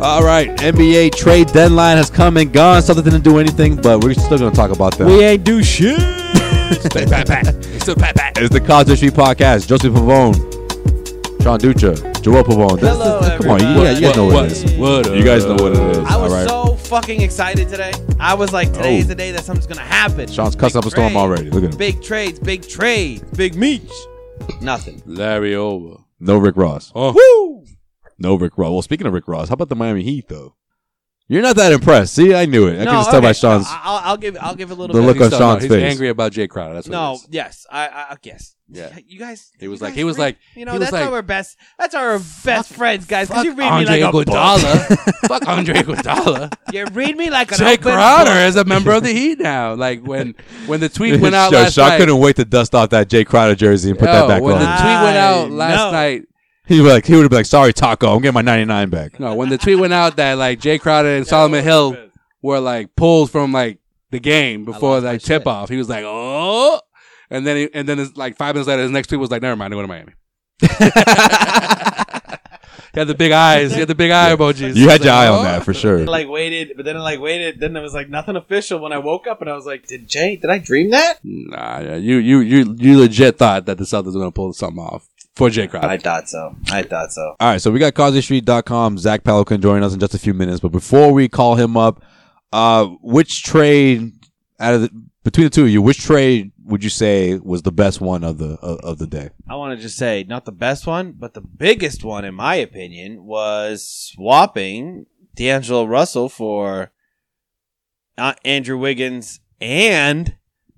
right, NBA trade deadline has come and gone. Something didn't do anything, but we're still going to talk about that. We ain't do shit. Stay pat pat. Stay pat pat. It's the Cosby Street Podcast. Joseph Pavone, Sean Ducha, Joel Pavone. This- Hello, this- come on, you, yeah, you guys everybody. know what, what, it is. what, uh, You guys know what it is. I was all right. so fucking excited today. I was like, today Oh. is the day that something's gonna happen. Sean's cussing up Big a storm trade, already. Look at him. Big trades, big trade, Big Meech. nothing. Larry Over. No Rick Ross. Oh. Woo! No Rick Ross. Well, speaking of Rick Ross, how about the Miami Heat though? You're not that impressed. See, I knew it. I can just tell by Sean's. I- I'll, I'll give. I'll give a little. The bit. look He's on talking about- Sean's he's face. angry about Jay Crowder. That's what it No. is. Yes. I. I I guess. Yeah. You guys. He was you like- guys he was read- like- You know, he was that's like- our best. That's our best friends, guys. Because you read Andre me like Iguodala. Fuck Andre Iguodala. a. You read me like an Jay open Crowder book. is a member of the Heat now. Like when when the tweet went out Yo, last Sean night. couldn't wait to dust off that Jay Crowder jersey and put Yo, that back when on. the tweet went out I last know. night. he would like he would have been like, "Sorry, Taco, I'm getting my 99 back." No, when the tweet went out that like Jay Crowder and Solomon Hill were like pulled from like the game before lost my like tip shit. off, he was like, "Oh," and then he, and then it's like five minutes later, his next tweet was like, "Never mind, they went to Miami." he had the big eyes. He had the big eye emojis. You had He's your like, eye on "Oh." that for sure. I, Like waited, but then I like waited. Then there was like nothing official when I woke up, and I was like, "Did Jay? Did I dream that?" Nah, yeah, you you you you legit thought that the Celtics were gonna pull something off for Jay Crowder. I thought so. I thought so. All right, so we got CosbyStreet.com. Zach Pelican joining us in just a few minutes, but before we call him up, uh, which trade out of the, between the two of you, which trade would you say was the best one of the of, of the day? I want to just say, not the best one, but the biggest one, in my opinion, was swapping D'Angelo Russell for uh, Andrew Wiggins, and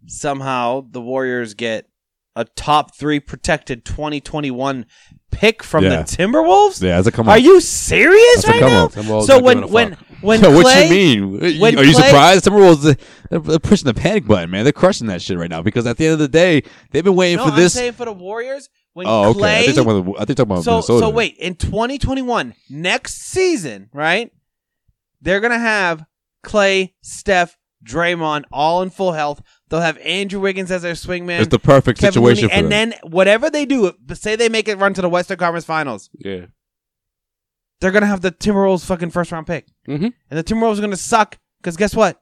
somehow the Warriors get a top three protected 2021 pick from Yeah. the Timberwolves. Yeah, as a come Are on. you serious That's a right come now? up. Timberwolves So not giving when a when fuck. when Yo, what Clay- you mean? You- when Are you Clay- surprised? Timberwolves uh, they're, they're pushing the panic button, man. They're crushing that shit right now because at the end of the day, they've been waiting No, for I'm this. saying for the Warriors when oh, okay. I Clay think they're talking about, I think they're talking about so Oh, Minnesota. so wait in 2021 next season right they're gonna have clay steph draymond all in full health they'll have andrew wiggins as their swingman It's the perfect Kevin Looney, situation for and them. then whatever they do say they make it run to the western conference finals Yeah. they're gonna have the timberwolves fucking first round pick Mm-hmm. Mhm. and the timberwolves are gonna suck because guess what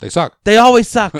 They suck. they always suck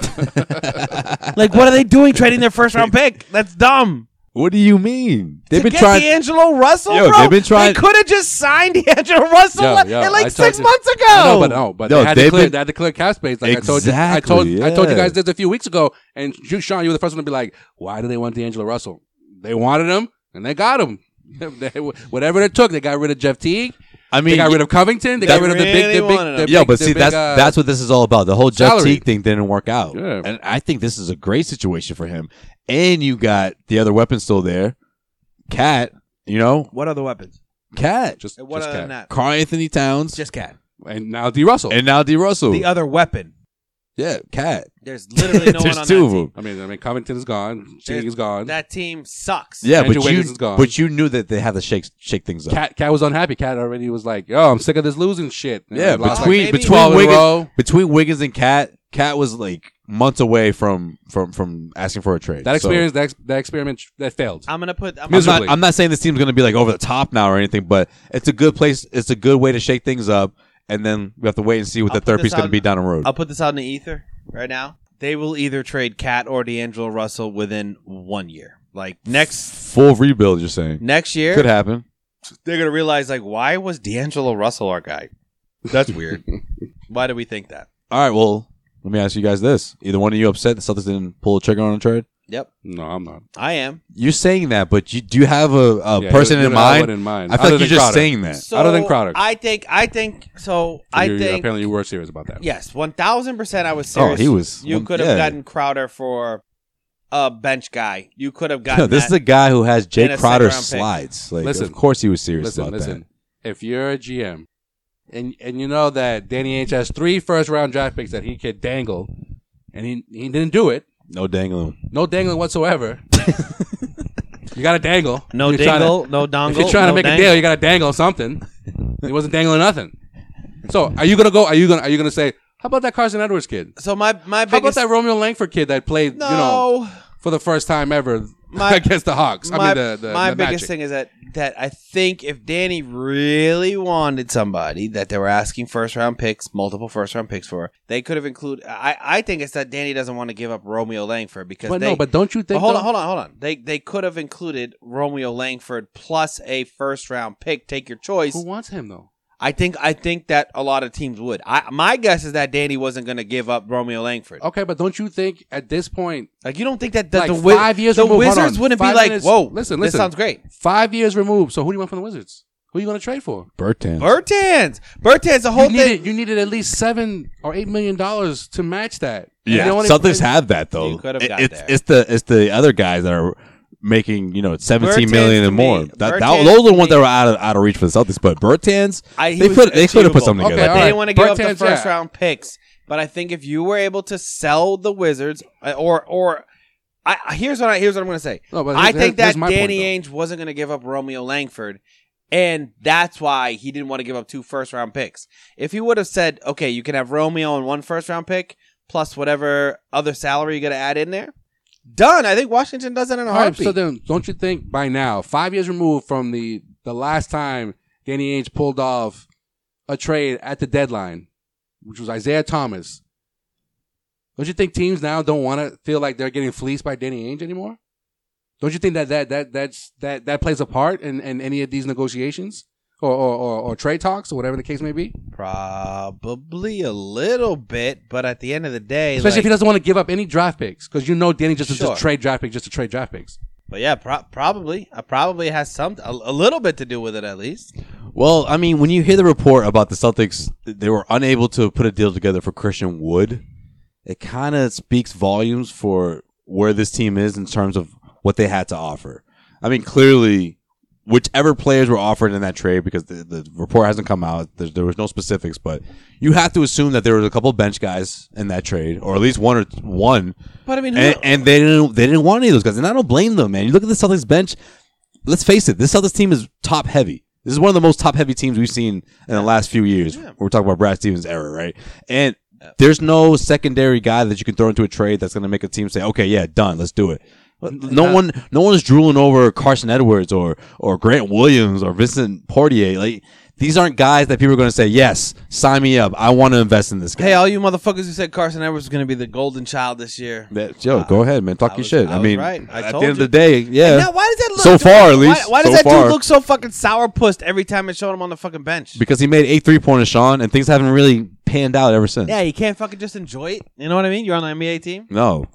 like what are they doing trading their first round pick that's dumb what do you mean? They've to been get trying. D'Angelo Russell, Yo, bro. they've been trying- They could have just signed D'Angelo Russell Yo, yo, in I like told six you- months ago. No, but no, but No, they, had to they've clear, been- they had to clear cap space. Like I Exactly, told you, I told, I told you yeah. guys this a few weeks ago, and you, Sean, you were the first one to be like, "Why do they want D'Angelo Russell? They wanted him, and they got him. They- whatever it took, they got rid of Jeff Teague. I They mean, got rid of Covington. They, They got rid of the really big, the big, wanted him. the big, yeah, but the see, big, that's uh, that's what this is all about. The whole Jeff salary. Teague thing didn't work out, Yeah. and I think this is a great situation for him. And you got the other weapon still there, Cat. You know, what other weapons? Cat. Just just, What just other than Cat. that? Carl Anthony Towns, Just cat. and now D Russell. and now D Russell. The other weapon. yeah, Cat. There's literally no There's one on two that of team. them. I mean, I mean, Covington is gone. Teague There's- is gone. That team sucks. Yeah, Andrew but Wiggins you is gone. but you knew that they had to shake shake things up. Cat, Cat was unhappy. Cat already was like, "Yo, I'm sick of this losing shit." And Yeah, they lost, between maybe- between 12 in a Wiggins row. between Wiggins and Cat, Cat was like months away from from from asking for a trade. that So- experience, that, ex- that experiment, that failed. I'm gonna put. I'm I'm not, gonna, Miserably. I'm not saying this team's going to be like over the top now or anything, but it's a good place. It's a good way to shake things up, and then we have to wait and see what I'll the put third this piece is going out- to be down the road. I'll put this out in the ether right now. They will either trade Cat or D'Angelo Russell within one year. Like next Full rebuild, you're saying next year, could happen. they're gonna realize like why was D'Angelo Russell our guy? That's weird. why do we think that? All right, well, let me ask you guys this: either one of you upset that Celtics didn't pull a trigger on a trade? Yep, no, I'm not. I am. You're saying that, but you do you have a, a Yeah, person you- you in don't have mind? one in mind. I feel Other like you're than just Crowder. saying that. So, Other than Crowder. I think. I think. So I You- you- think. apparently Oh, you were serious about that. Yes, one thousand percent. I was serious. he was- You well, could have yeah. gotten Crowder for a bench guy. You could have gotten. No, this that. is a guy who has in Jay a Crowder second-round pick. slides. Like, Listen. of course he was serious Listen, about listen. If you're a GM and and you know that Danny Ainge has three first round draft picks that he could dangle, and he he didn't do it. that. No dangling. No dangling whatsoever. you got to dangle. no If you're trying to- dingle, no dongle. if you're trying no to make a dangle. deal, you got to dangle something. he wasn't dangling nothing. So are you gonna go? Are you gonna are you gonna say? How about that Carson Edwards kid? So my my How about biggest. that Romeo Langford kid that played? no. You know, for the first time ever my against the Hawks. I mean, the, the, my the biggest Magic. thing is that that I think if Danny really wanted somebody that they were asking first round picks, multiple first round picks for, they could have included. I I think it's that Danny doesn't want to give up Romeo Langford because But they. no, but don't you but think? hold on, though- hold on, hold on. They they could have included Romeo Langford plus a first round pick. Take your choice. Who wants him though? I think I think that a lot of teams would. I my guess is that Danny wasn't going to give up Romeo Langford. Okay, but don't you think at this point, Like you don't think that, that Oh. Like the Wiz- five years the removed, hold Wizards on. wouldn't Five be like, minutes- whoa, listen, this listen. sounds great. five years removed? So who do you want from the Wizards? Who are you going to trade for? Bertan. Bertans, Bertans, the whole you thing. needed you needed at least seven or eight million dollars to match that. And yeah, they only- Celtics have that though. You could've It- got it's, there. it's the it's the other guys that are making you know seventeen million Bertans to and more. me- that, that Bertans those are the to ones that me- were out of out of reach for the Celtics. But Bertans, I- he they was put they could have put achievable. something Okay, together. all They right. didn't want to give up the Bertans, first yeah. round picks, but I think if you were able to sell the Wizards, uh, or or I I- here's what I here's what I'm going to say. No, but I here's- think here's that my point, Danny though. Ainge wasn't going to give up Romeo Langford, and that's why he didn't want to give up two first round picks. If he would have said, okay, you can have Romeo and one first round pick plus whatever other salary you're going to add in there, done. I think Washington does it in a All right, heartbeat. so then don't you think by now, five years removed from the the last time Danny Ainge pulled off a trade at the deadline, which was Isaiah Thomas, don't you think teams now don't want to feel like they're getting fleeced by Danny Ainge anymore? Don't you think that that that that's that that plays a part in, in any of these negotiations or or, or or trade talks or whatever the case may be? Probably a little bit, but at the end of the day, Especially if he like- doesn't want to give up any draft picks because you know Danny just Sure. just trade draft picks just to trade draft picks. But yeah, pro- probably. Uh, probably has some a, a little bit to do with it at least. Well, I mean, when you hear the report about the Celtics, they were unable to put a deal together for Christian Wood. It kind of speaks volumes for where this team is in terms of what they had to offer. I mean, clearly, whichever players were offered in that trade, because the, the report hasn't come out, there, there was no specifics, but you have to assume that there was a couple bench guys in that trade, or at least one or one But I mean, who, and, and they didn't they didn't want any of those guys, and I don't blame them, man. You look at the Celtics bench. Let's face it, this Celtics team is top heavy. This is one of the most top heavy teams we've seen in the last few years. We're talking about Brad Stevens' era, right? And there's no secondary guy that you can throw into a trade that's going to make a team say, "Okay, yeah, done, let's do it." No Yeah. one, no one's drooling over Carson Edwards or or Grant Williams or Vincent Portier. Like these aren't guys that people are going to say, "Yes, sign me up. I want to invest in this guy." hey, all you motherfuckers who said Carson Edwards was going to be the golden child this year. That- yo, go ahead, man. Talk uh, I your was- shit. I I, was mean, right. I at told the end you. of the day, yeah. Now, why does that look So far, at why- least. Why, does So that far. dude look so fucking sourpussed every time it showed him on the fucking bench? because he made eight three pointers, Sean, and things haven't really panned out ever since. yeah, you can't fucking just enjoy it. You know what I mean? You're on the NBA team. No,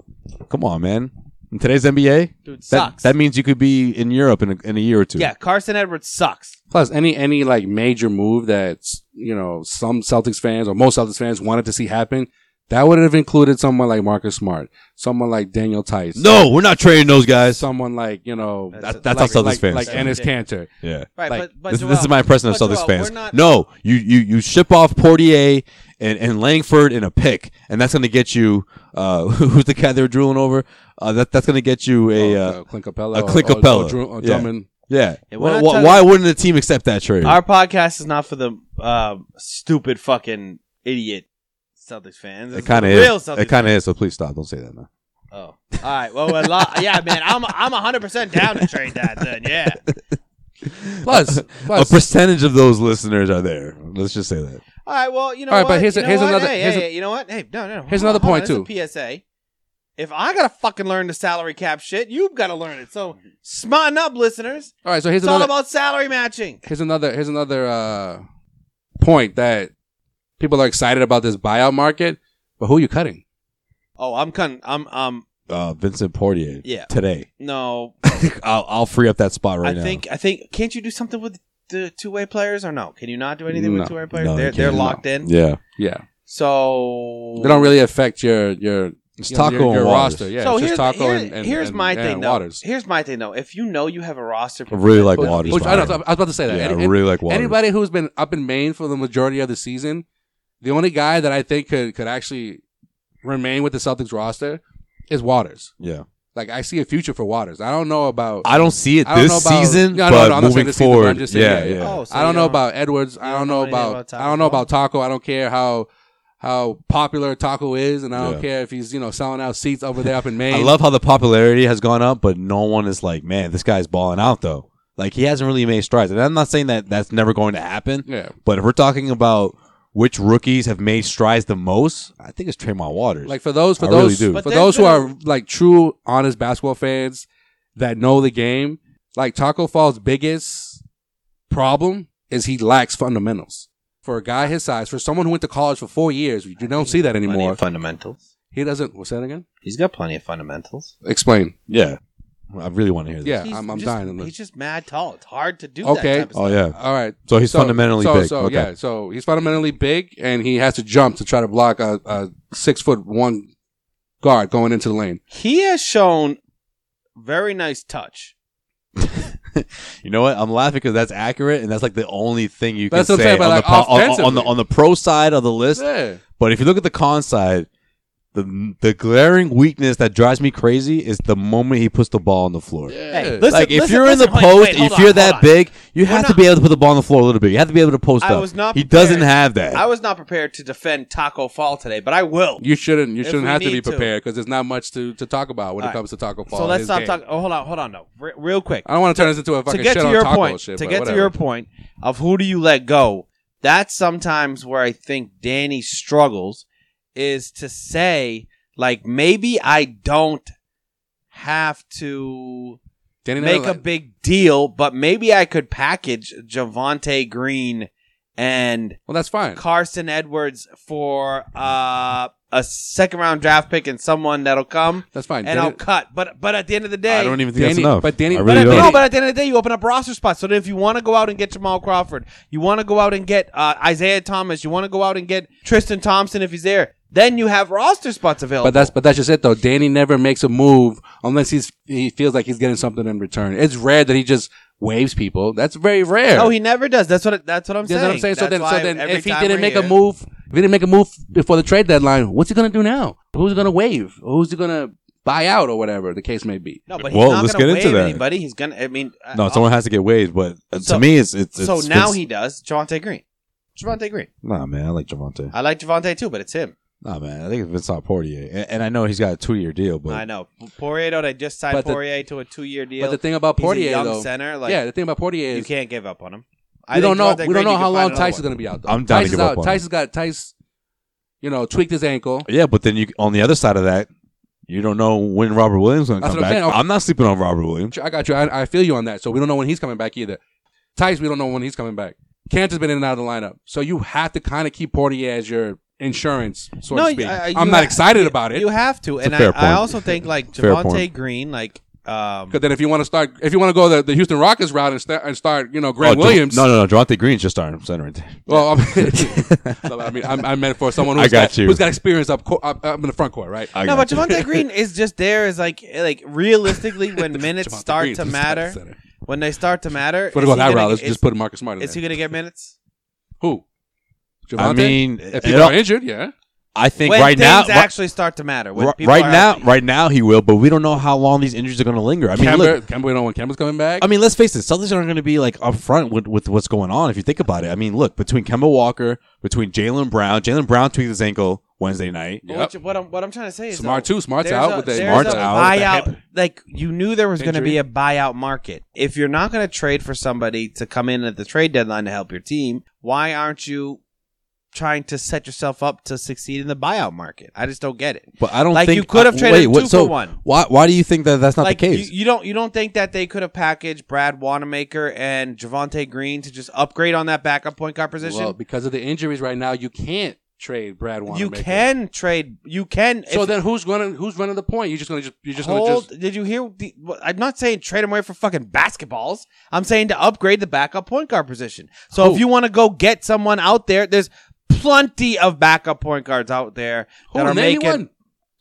come on, man. In today's NBA, Dude, that, sucks. that means you could be in Europe in a, in a year or two. Yeah, Carson Edwards sucks. Plus, any any like major move that you know some Celtics fans or most Celtics fans wanted to see happen, that would have included someone like Marcus Smart, someone like Daniel Tice, uh, No, we're not trading those guys. someone like you know That's- That, that's like, how Celtics like, fans. like think. Ennis Yeah. Cantor. yeah. Right, Like, but, but this, Joel, this is my impression of but Celtics Joel, fans. We're not, no, you, you you ship off Portier and, and Langford in a pick, and that's going to get you. Uh, who's the guy they were drooling over? Uh, that that's going to get you a. or, uh, uh, Clint Capella, a or- Clint or- Capella. or, Dru- or Yeah. Drummond. yeah. Yeah, Oh, we're why, not why- talking- why wouldn't a team accept that trade? Our podcast is not for the uh, stupid fucking idiot Celtics fans. It It's kind of the is. real Celtics It kind of is. So please stop. Don't say that, man. Oh, all right. Well, we're lo- yeah, man. I'm I'm 100 percent down to trade that. Then, yeah. Plus, plus a percentage of those listeners are there. Let's just say that. All right. Well, you know. All right, what? but here's a- you know here's what? another- Hey, here's hey, a- hey, you know what? Hey, no, no. no. Here's Hold another on, hold point, on. This is a PSA. If I gotta fucking learn the salary cap shit, you've gotta learn it. So smarten up, listeners. all right. So here's It's all another about salary matching. here's another here's another uh, point that people are excited about this buyout market, but who are you cutting? Oh, I'm cutting. I'm um. Uh, Vincent Portier. Yeah. Today, No, I'll, I'll free up that spot right I now. think I think. Can't you do something with the two way players or no? Can you not do anything No. with two way players? No, they're you they're can't. locked in. Yeah. Yeah, So they don't really affect your your It's you know, Taco your, your and Waters. roster. Yeah, so it's here's, just Taco here- and, and here's and- my and thing though. Waters. Here's my thing though. If you know you have a roster, I really like Which- Waters. which- by I, know, I the way. was about to say that. yeah, Any- I really like Waters. Anybody who's been up in Maine for the majority of the season, the only guy that I think could could actually remain with the Celtics roster is Waters. Yeah. Like I see a future for Waters. I don't know about I don't see it I don't this know about- season, No, no, but no, I'm not saying moving this season, but I'm forward, just saying, yeah, yeah, yeah. yeah. Oh, so I you don't know about Edwards. you I don't don't know know anything about, about Taco I don't know Bell? about Taco. I don't care how how popular Taco is, and I don't Yeah. care if he's you know selling out seats over there up in Maine. I love how the popularity has gone up, but no one is like, man, this guy's balling out though. Like he hasn't really made strides, and I'm not saying that that's never going to happen. yeah, But if we're talking about which rookies have made strides the most, I think it's Tremont Waters. like for those for I really those do. But for those there's who been are like true honest basketball fans that know the game. Like Taco Fall's biggest problem is he lacks fundamentals. For a guy his size, for someone who went to college for four years, you don't see that Plenty anymore. of fundamentals. He doesn't. What's that again? He's got plenty of fundamentals. Explain. yeah, I really want to hear this. Yeah, He's I'm, I'm just, dying. to He's just mad tall. It's hard to do Okay. that type of Oh stuff. yeah. All right. So he's So- fundamentally so, big. So okay. yeah, so he's fundamentally big, and he has to jump to try to block a, a six foot one guard going into the lane. He has shown very nice touch. You know what? I'm laughing because that's accurate, and that's like the only thing you That's can what I'm say saying, but on, like the po- on- on, the offensively. on the pro side of the list. Yeah. But if you look at the con side, the the glaring weakness that drives me crazy is the moment he puts the ball on the floor. Hey, Yeah. listen, like if listen, you're in listen, the wait, post, wait, hold if on, you're hold that on. big, you We're have to not- be able to put the ball on the floor a little bit. You have to be able to post I up. was not he prepared. doesn't have that. I was not prepared to defend Taco Fall today, but I will. You shouldn't. You If shouldn't we have to need be to. prepared because there's not much to, to talk about when All it right. comes to Taco Fall. so and let's his not game. talk. Oh, hold on, hold on, no, Re- real quick. I don't want to turn this into a to fucking get shit to on your taco point, shit. to but get to whatever. your point of who do you let go, that's sometimes where I think Danny struggles is to say like maybe I don't have to Danny make a Nelson- big deal, but maybe I could package Javante Green and well, that's fine. Carson Edwards for uh, a second round draft pick and someone that'll come That's fine. and I'll cut. But but at the end of the day, I don't even think that's Danny- enough. but Danny- I but really at, don't. no, but at the end of the day, you open up roster spots. So that if you want to go out and get Jamal Crawford, you want to go out and get uh, Isaiah Thomas, you want to go out and get Tristan Thompson if he's there, then you have roster spots available. But that's but that's just it though. Danny never makes a move unless he's he feels like he's getting something in return. It's rare that he just waves people. That's very rare. no, he never does. That's what that's what I'm You know saying. what I'm saying? So That's then, why so then, every if he time didn't we're make a here- move, if he didn't make a move before the trade deadline, what's he gonna do now? Who's he gonna waive? Who's he gonna buy out or whatever the case may be? no, but he's Well, not let's gonna get into waive that. Anybody? He's gonna. I mean, uh, no, someone has to get waived. But uh, So- to me, it's it's, it's so now it's- he does. Javante Green. Javante Green. Nah, man, I like Javante. I like Javante too, but it's him. Nah, man, I think it's Vincent Portier, and, and I know he's got a two-year deal, but I know. Poirier though, they just signed But the- Poirier to a two-year deal. But the thing about He's a Portier, young though, center, like yeah, the thing about Portier you is can't give up on him. we don't know. think Javante We don't Green, you know can how find long another Tice one. is gonna be out. Though. I'm down to Tice is give up out. on Tice has got Tice, you know, tweaked his ankle. yeah, but then you on the other side of that, you don't know when Robert Williams going to That's come what I'm back. saying. I'm not sleeping on Robert Williams. I got you. I, I feel you on that. So we don't know when he's coming back either. Tice, we don't know when he's coming back. Cantor's been in and out of the lineup, so you have to kind of keep Portier as your insurance, so No, to speak. I- I- I, you am not ha- excited about it. You have to, and a fair I, I point. also think like Fair point. Javante Green, like um, Because then, if you want to start, if you want to go the, the Houston Rockets route and, sta- and start, you know, Oh, Grant Jav- Williams. No, no, no. Javante Green's just starting center right there. Well, I'm, I mean, I'm, I meant for someone I who's got you. who's got experience up, co- up up in the front court, right? I no, but got you. Javante Green is just there as like like realistically when minutes Javonte start Green to is the matter, starting center. when they start to matter. If we're is to go he that gonna route, let's get- just put Marcus Smart in Is there. he going to get minutes? Who? I Javante? mean, if it people all- are injured, yeah. uh, I think when right things now, right, actually start to matter. When right- people right are now, healthy. right now he will, but we don't know how long these injuries are going to linger. I mean, Kemba, look, Kemba, we don't want Kemba's coming back. I mean, let's face it, Celtics aren't going to be like up front with, with what's going on. If you think about it, I mean, look between Kemba Walker, between Jalen Brown, Jalen Brown tweaked his ankle Wednesday night. Well, Yep. What, what I'm what I'm trying to say is Smart though, too. Smart's there's out a- with the there's Smart's a out with the buyout. hip Like you knew there was going to Injury. be a buyout market. If you're not going to trade for somebody to come in at the trade deadline to help your team, why aren't you trying to set yourself up to succeed in the buyout market? I just don't get it. But I don't Like, think you could have uh, traded wait, what, two so for one. Why? Why do you think that that's not like the case? You, you don't you don't think that they could have packaged Brad Wanamaker and Javante Green to just upgrade on that backup point guard position? Well, because of the injuries right now, you can't trade Brad you Wanamaker. can trade. You can. So if- then, who's running? Who's running the point? You're just gonna just. You're just gonna Hold, just. did you hear? The, well, I'm not saying trade him away for fucking basketballs. I'm saying to upgrade the backup point guard position. So Who? if you want to go get someone out there, there's plenty of backup point guards out there Who that are name making. one?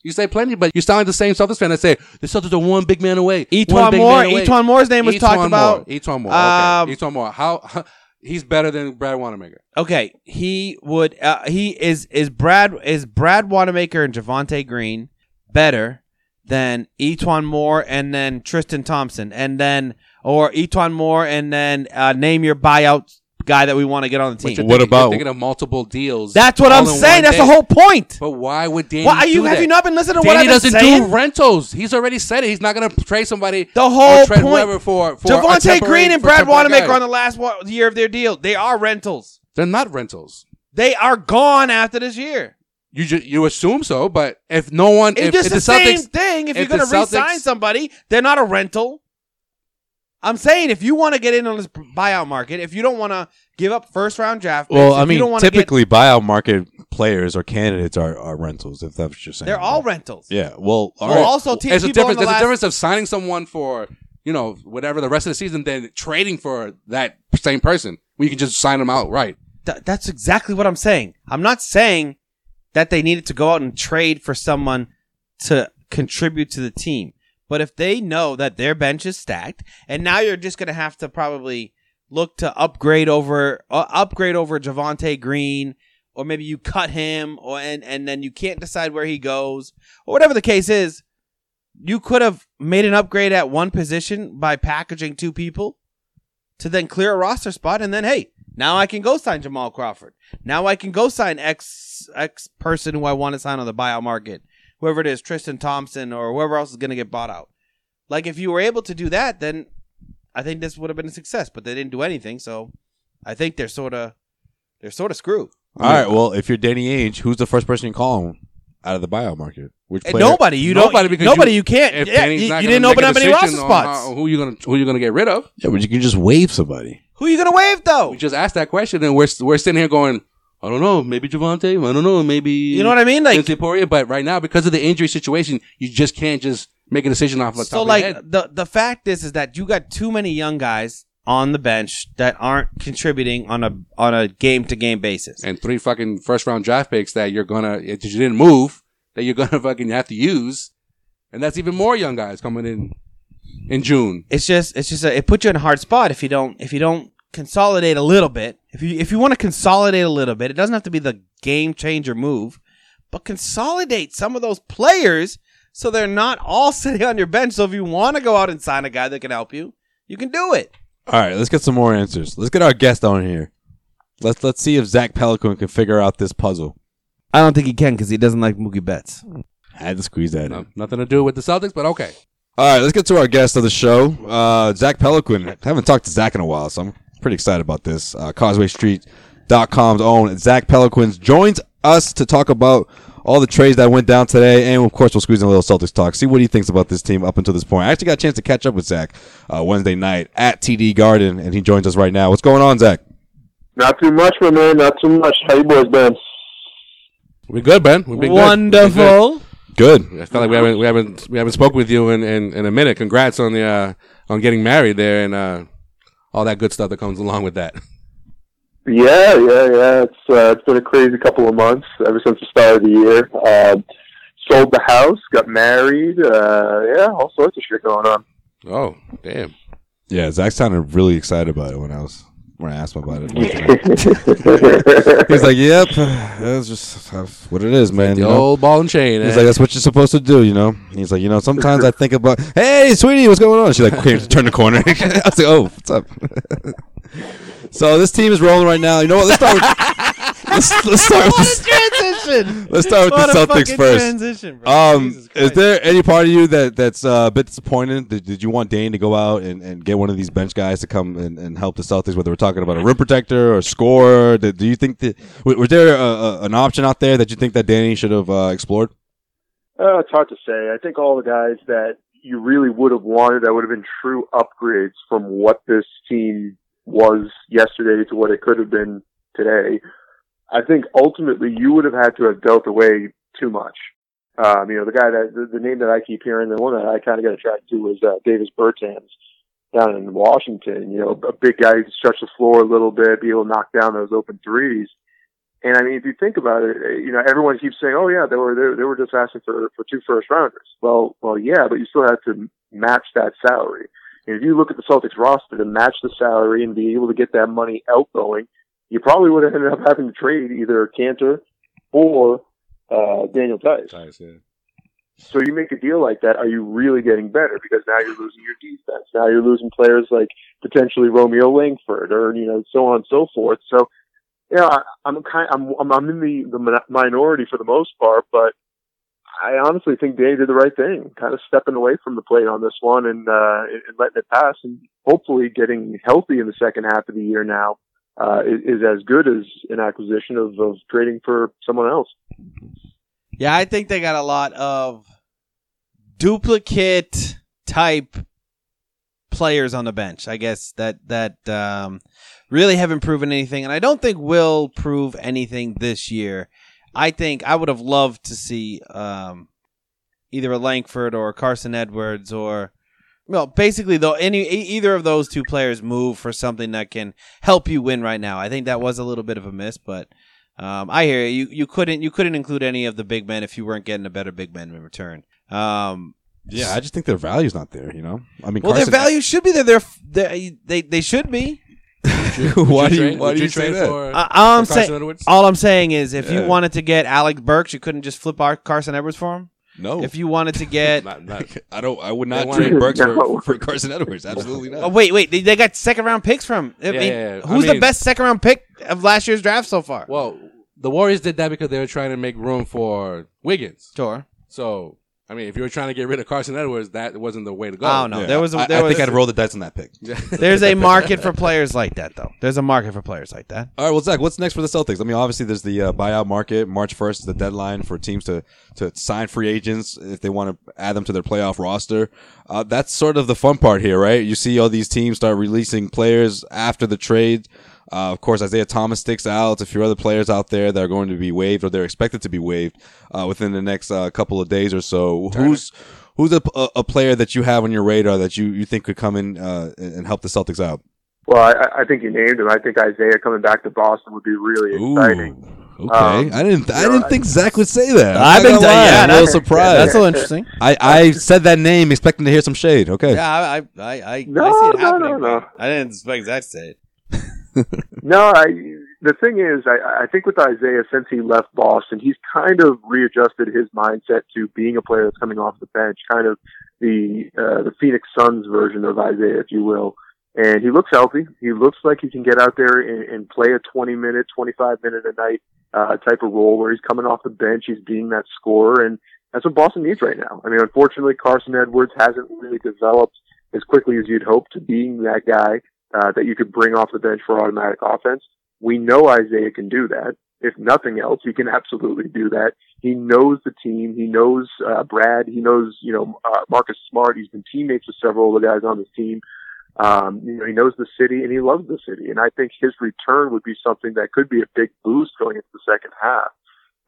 You say plenty, but you sound like the same Celtics fan that say the Celtics are one big man away. one Etwan big Moore. man away." Etwan Moore's name was Etwan talked Moore. about. Etwan Moore. Um, okay. Etwan Moore. How he's better than Brad Wanamaker. Okay, he would. Uh, he is is Brad is Brad Wanamaker and Javante Green better than Etwan Moore and then Tristan Thompson and then or Etwan Moore and then uh, name your buyout guy that we want to get on the But you're team. What thinking- you're about- thinking of multiple deals? That's what all I'm in saying. one That's the day. whole point. But why would Danny? Why are you? do Have that? you not been listening to what Danny I've been doesn't saying? do rentals. He's already said it. He's not going to trade somebody. The or whole trade point. whoever for, for a Javante temporary- Green and for a Brad temporary Wanamaker guy. on the last wa- year of their deal. They are rentals. They're not rentals. They are gone after this year. You ju- you assume so, but if no one, It's if, just if the, the Celtics, same thing. if If, you're the going to resign Celtics- somebody, they're not a rental. I'm saying if you want to get in on this buyout market, if you don't want to give up first round draft, picks, Well, if I you mean, don't wanna get- typically buyout market players or candidates are, are rentals. If that's what you're saying, they're all rentals. Yeah. Well, all Well, right. also teams there's a people in difference. the There's a last- difference of signing someone for you know whatever the rest of the season than trading for that same person. We can just sign them out, right? Th- that's exactly what I'm saying. I'm not saying that they needed to go out and trade for someone to contribute to the team. But if they know that their bench is stacked, and now you're just going to have to probably look to upgrade over uh, upgrade over Javante Green, or maybe you cut him, or and and then you can't decide where he goes, or whatever the case is. You could have made an upgrade at one position by packaging two people to then clear a roster spot, and then hey, now I can go sign Jamal Crawford. Now I can go sign X X person who I want to sign on the buyout market, whoever it is, Tristan Thompson or whoever else is going to get bought out. Like if you were able to do that, then I think this would have been a success. But they didn't do anything, so I think they're sort of they're sort of screwed. all right. Well, if you're Danny Ainge, who's the first person you call out of the buyout market? Which And player? nobody, you nobody, Nobody, don't, because nobody, you, you- can't. If Yeah, Danny's you, not you gonna didn't make open a up any decision roster on spots. how- who you gonna who you gonna get rid of? Yeah, but you can just waive somebody. who are you going to waive though? We just asked that question, and we're we're sitting here going, I don't know, maybe Javante, I don't know, maybe You know what I mean? Like Cynthia Poirier, but right now because of the injury situation, you just can't just make a decision off the top so of like your head. the the fact is is that you got too many young guys on the bench that aren't contributing on a on a game to game basis. and three fucking first round draft picks that you're gonna if you didn't move that you're gonna fucking have to use, and that's even more young guys coming in in June. It's just it's just a, it puts you in a hard spot if you don't if you don't consolidate a little bit. If you if you want to consolidate a little bit, it doesn't have to be the game changer move, but consolidate some of those players so they're not all sitting on your bench. So if you want to go out and sign a guy that can help you, you can do it. All right, let's get some more answers. Let's get our guest on here. Let's let's see if Zach Pelican can figure out this puzzle. I don't think he can because he doesn't like Mookie Betts. I had to squeeze that in. No- nothing to do with the Celtics, but okay. All right, let's get to our guest of the show, uh, Zach Pelican. I haven't talked to Zach in a while, so I'm pretty excited about this. Uh, CausewayStreet.com's own Zach Pelican joins us to talk about all the trades that went down today, and of course, we'll squeeze in a little Celtics talk. See what he thinks about this team up until this point. I actually got a chance to catch up with Zach uh, Wednesday night at TD Garden, and he joins us right now. What's going on, Zach? Not too much, my man. Not too much. How you boys been? We're good, Ben. We've been good. We've been good. Wonderful. Good. I feel like we haven't we haven't we haven't spoke with you in, in, in a minute. Congrats on the uh, on getting married there and uh, all that good stuff that comes along with that. Yeah, yeah, yeah. It's uh, it's been a crazy couple of months ever since the start of the year. Uh, sold the house, got married. Uh, yeah, all sorts of shit going on. Oh damn! Yeah, Zach sounded really excited about it when I was when I asked him about it. He was yeah, like, "Yep, that's just that's what it is, man." the you know? old ball and chain. He's eh? like, that's what you're supposed to do, you know. He's like, you know, sometimes I think about, hey, sweetie, what's going on? She's like, okay, turn the corner. I was like, oh, what's up? so this team is rolling right now. You know what? Let's start. With, let's, let's start with. What a The, transition. let's start with What the a Celtics fucking first. Transition, bro. um, Jesus is Christ. there any part of you that that's uh, a bit disappointed? Did, did you want Dane to go out and, and get one of these bench guys to come and, and help the Celtics? Whether we're talking about a rim protector or scorer, did, do you think that w- was there a, a, an option out there that you think that Danny should have uh, explored? uh, it's hard to say. I think all the guys that you really would have wanted that would have been true upgrades from what this team was yesterday to what it could have been today. I think ultimately you would have had to have dealt away too much. Um, you know, the guy that the, the name that I keep hearing, the one that I kind of got attracted to was uh, Davis Bertans down in Washington. You know, a big guy who can stretch the floor a little bit, be able to knock down those open threes. And I mean, if you think about it, uh, you know, everyone keeps saying, "Oh yeah, they were they, they were just asking for for two first rounders." Well, well, yeah, but you still had to match that salary. And if you look at the Celtics roster to match the salary and be able to get that money outgoing, you probably would have ended up having to trade either Cantor or uh, Daniel Tice. So you make a deal like that, are you really getting better? Because now you're losing your defense. Now you're losing players like potentially Romeo Langford or, you know, so on and so forth. So, yeah, I, I'm kind, I'm, I'm, I'm in the, the min- minority for the most part, but I honestly think Danny did the right thing, kind of stepping away from the plate on this one and, uh, and and letting it pass and hopefully getting healthy in the second half of the year now. Uh, is, is as good as an acquisition of, of trading for someone else. Yeah, I think they got a lot of duplicate type players on the bench. I guess that that um, really haven't proven anything, and I don't think will prove anything this year. I think I would have loved to see um, either a Langford or a Carson Edwards or well, basically though any e- either of those two players move for something that can help you win right now. I think that was a little bit of a miss, but um, I hear you. you. You couldn't you couldn't include any of the big men if you weren't getting a better big man in return. Um, Yeah, I just think their value's not there. You know, I mean, well, their Carson- value should be there. They're, they they they should be. why Would do you trade- why would do you say trade that? For, I, I'm for Uh, Carson saying Edwards? all I'm saying is if you Yeah. wanted to get Alec Burks, you couldn't just flip our Carson Edwards for him. no, If you wanted to get Not- not- I don't. I would They not wanted- trade Burks No. for, for Carson Edwards. Absolutely not. oh, wait wait they, they got second round picks from. I Yeah, mean, yeah, yeah. I Who's the mean- best second round pick of last year's draft so far? well, the Warriors did that because they were trying to make room for Wiggins. sure. So, I mean, if you were trying to get rid of Carson Edwards, that wasn't the way to go. I don't know. There was a- I- there I, was- think I'd roll the dice on that pick. There's a market for players like that though. There's a market for players like that. All right, well, Zach, what's next for the Celtics? I mean, obviously, there's the uh, buyout market. March 1st is the deadline for teams to, to sign free agents if they want to add them to their playoff roster. Uh, that's sort of the fun part here, right? You see all these teams start releasing players after the trade. Uh, of course, Isaiah Thomas sticks out. A few other players out there that are going to be waived or they're expected to be waived uh, within the next uh, couple of days or so. Who's who's a, a, a player that you have on your radar that you, you think could come in uh, and and help the Celtics out? Well, I- I, I think you named him. I think Isaiah coming back to Boston would be really exciting. Okay, Um, I didn't. I you know, didn't I- think Zach would say that. I'm not I've been- gonna lie, yeah, I'm a little that's- surprised. that's a little interesting. I, I said that name expecting to hear some shade. Okay, Yeah, I, I, I, I, I No, see it no, happening. no, no. but I didn't expect Zach to say it. No, I, the thing is, I, I think with Isaiah, since he left Boston, he's kind of readjusted his mindset to being a player that's coming off the bench, kind of the uh, the Phoenix Suns version of Isaiah, if you will. And he looks healthy. He looks like he can get out there and, and play a 20 minute, 25 minute a night uh, type of role where he's coming off the bench, he's being that scorer, and that's what Boston needs right now. I mean, unfortunately, Carson Edwards hasn't really developed as quickly as you'd hope to being that guy uh, that you could bring off the bench for automatic offense. We know Isaiah can do that. If nothing else, he can absolutely do that. He knows the team. He knows uh, Brad. He knows you know uh, Marcus Smart. He's been teammates with several of the guys on the team. Um, you know, he knows the city and he loves the city. And I think his return would be something that could be a big boost going into the second half.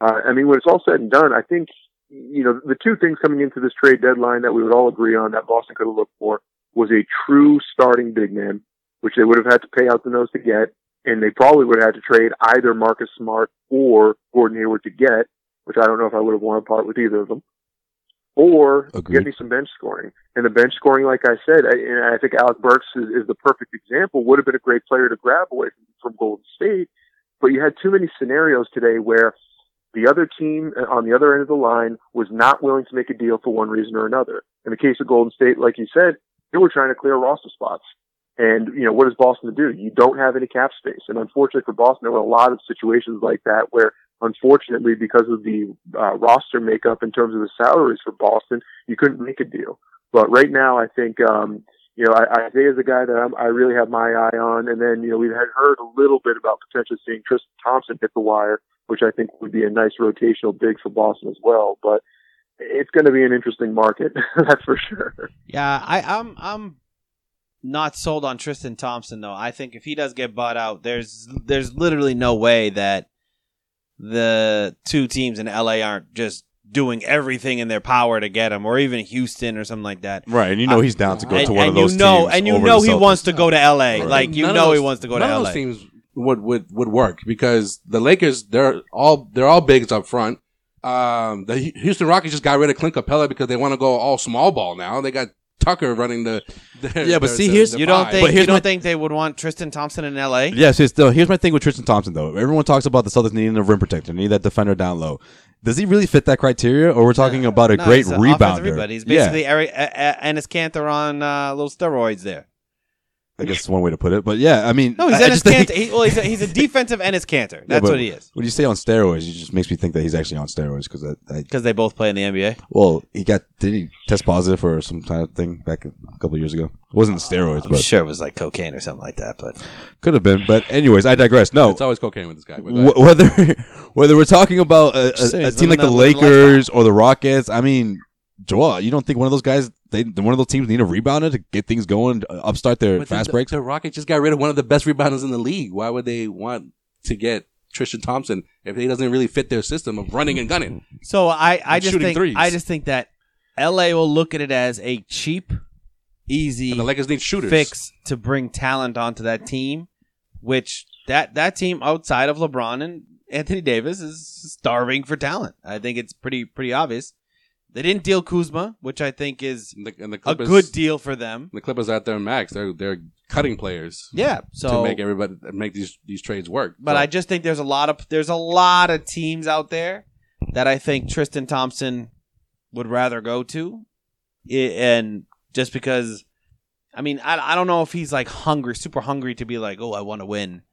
Uh, I mean, when it's all said and done, I think you know the two things coming into this trade deadline that we would all agree on that Boston could have looked for was a true starting big man which they would have had to pay out the nose to get, and they probably would have had to trade either Marcus Smart or Gordon Hayward to get, which I don't know if I would have wanted to part with either of them, or Agreed. get me some bench scoring. And the bench scoring, like I said, I, and I think Alec Burks is, is the perfect example, would have been a great player to grab away from, from Golden State, but you had too many scenarios today where the other team uh, on the other end of the line was not willing to make a deal for one reason or another. In the case of Golden State, like you said, they were trying to clear roster spots. And, you know, what is Boston to do? You don't have any cap space. And unfortunately for Boston, there were a lot of situations like that where, unfortunately, because of the uh, roster makeup in terms of the salaries for Boston, you couldn't make a deal. But right now, I think, um, you know, I, Isaiah's a guy that I'm, I really have my eye on. And then, you know, we had heard a little bit about potentially seeing Tristan Thompson hit the wire, which I think would be a nice rotational big for Boston as well. But it's going to be an interesting market. That's for sure. Yeah, I, I'm I'm not sold on Tristan Thompson though. I think if he does get bought out, there's there's literally no way that the two teams in LA aren't just doing everything in their power to get him, or even Houston or something like that. right. And you know he's down to go and to one and of those you know, teams and you over know the he Celtics. wants to go to LA. I think Like you none of know, he those- wants to go to none of LA. those teams would, would would work because the Lakers they're all they're all bigs up front. Um, the Hu- Houston Rockets just got rid of Clint Capella because they want to go all small ball now. They got Tucker running the. the Yeah, but the- see, the- here's- the you don't five. think you here's don't my- think they would want Tristan Thompson in LA? Yes, yes. Though here's my thing with Tristan Thompson, though. Everyone talks about the Celtics needing a rim protector, need that defender down low. Does he really fit that criteria? Or we're talking about a Uh, No, great he's an offensive rebounder? rebounder. He's yeah, basically Eric uh, uh, Ennis Cantor on uh, little steroids there. I guess that's one way to put it. But yeah, I mean, No, he's I, I Ennis just think- Cantor. He, well, he's a, he's a defensive Ennis Cantor. Yeah, That's but what he is. When you say on steroids, it just makes me think that he's actually on steroids because I, I, Because they both play in the NBA. well, he got did he test positive for some kind of thing back a couple of years ago? It wasn't steroids, I'm but sure it was like cocaine or something like that. But could have been. But anyways, I digress. No, It's always cocaine with this guy. but go ahead. Wh- whether whether we're talking about a, Just saying, a, a he's team like living the that little Lakers or the Rockets, I mean, Joel, you don't think one of those guys, they one of those teams need a rebounder to get things going, uh, upstart their But fast the, breaks? The Rockets just got rid of one of the best rebounders in the league. Why would they want to get Tristan Thompson if he doesn't really fit their system of running and gunning? so I, I And just shooting think threes. I just think that LA will look at it as a cheap, easy And the Lakers need shooters. fix to bring talent onto that team, which that that team outside of LeBron and Anthony Davis is starving for talent. I think it's pretty pretty obvious. They didn't deal Kuzma, which I think is And the, and the a Clippers, good deal for them. The Clippers at their max. They're they're cutting players Yeah, so to make everybody make these these trades work. but So- I just think there's a lot of there's a lot of teams out there that I think Tristan Thompson would rather go to, I- and just because, I mean, I, I don't know if he's like hungry, super hungry to be like, oh, I want to win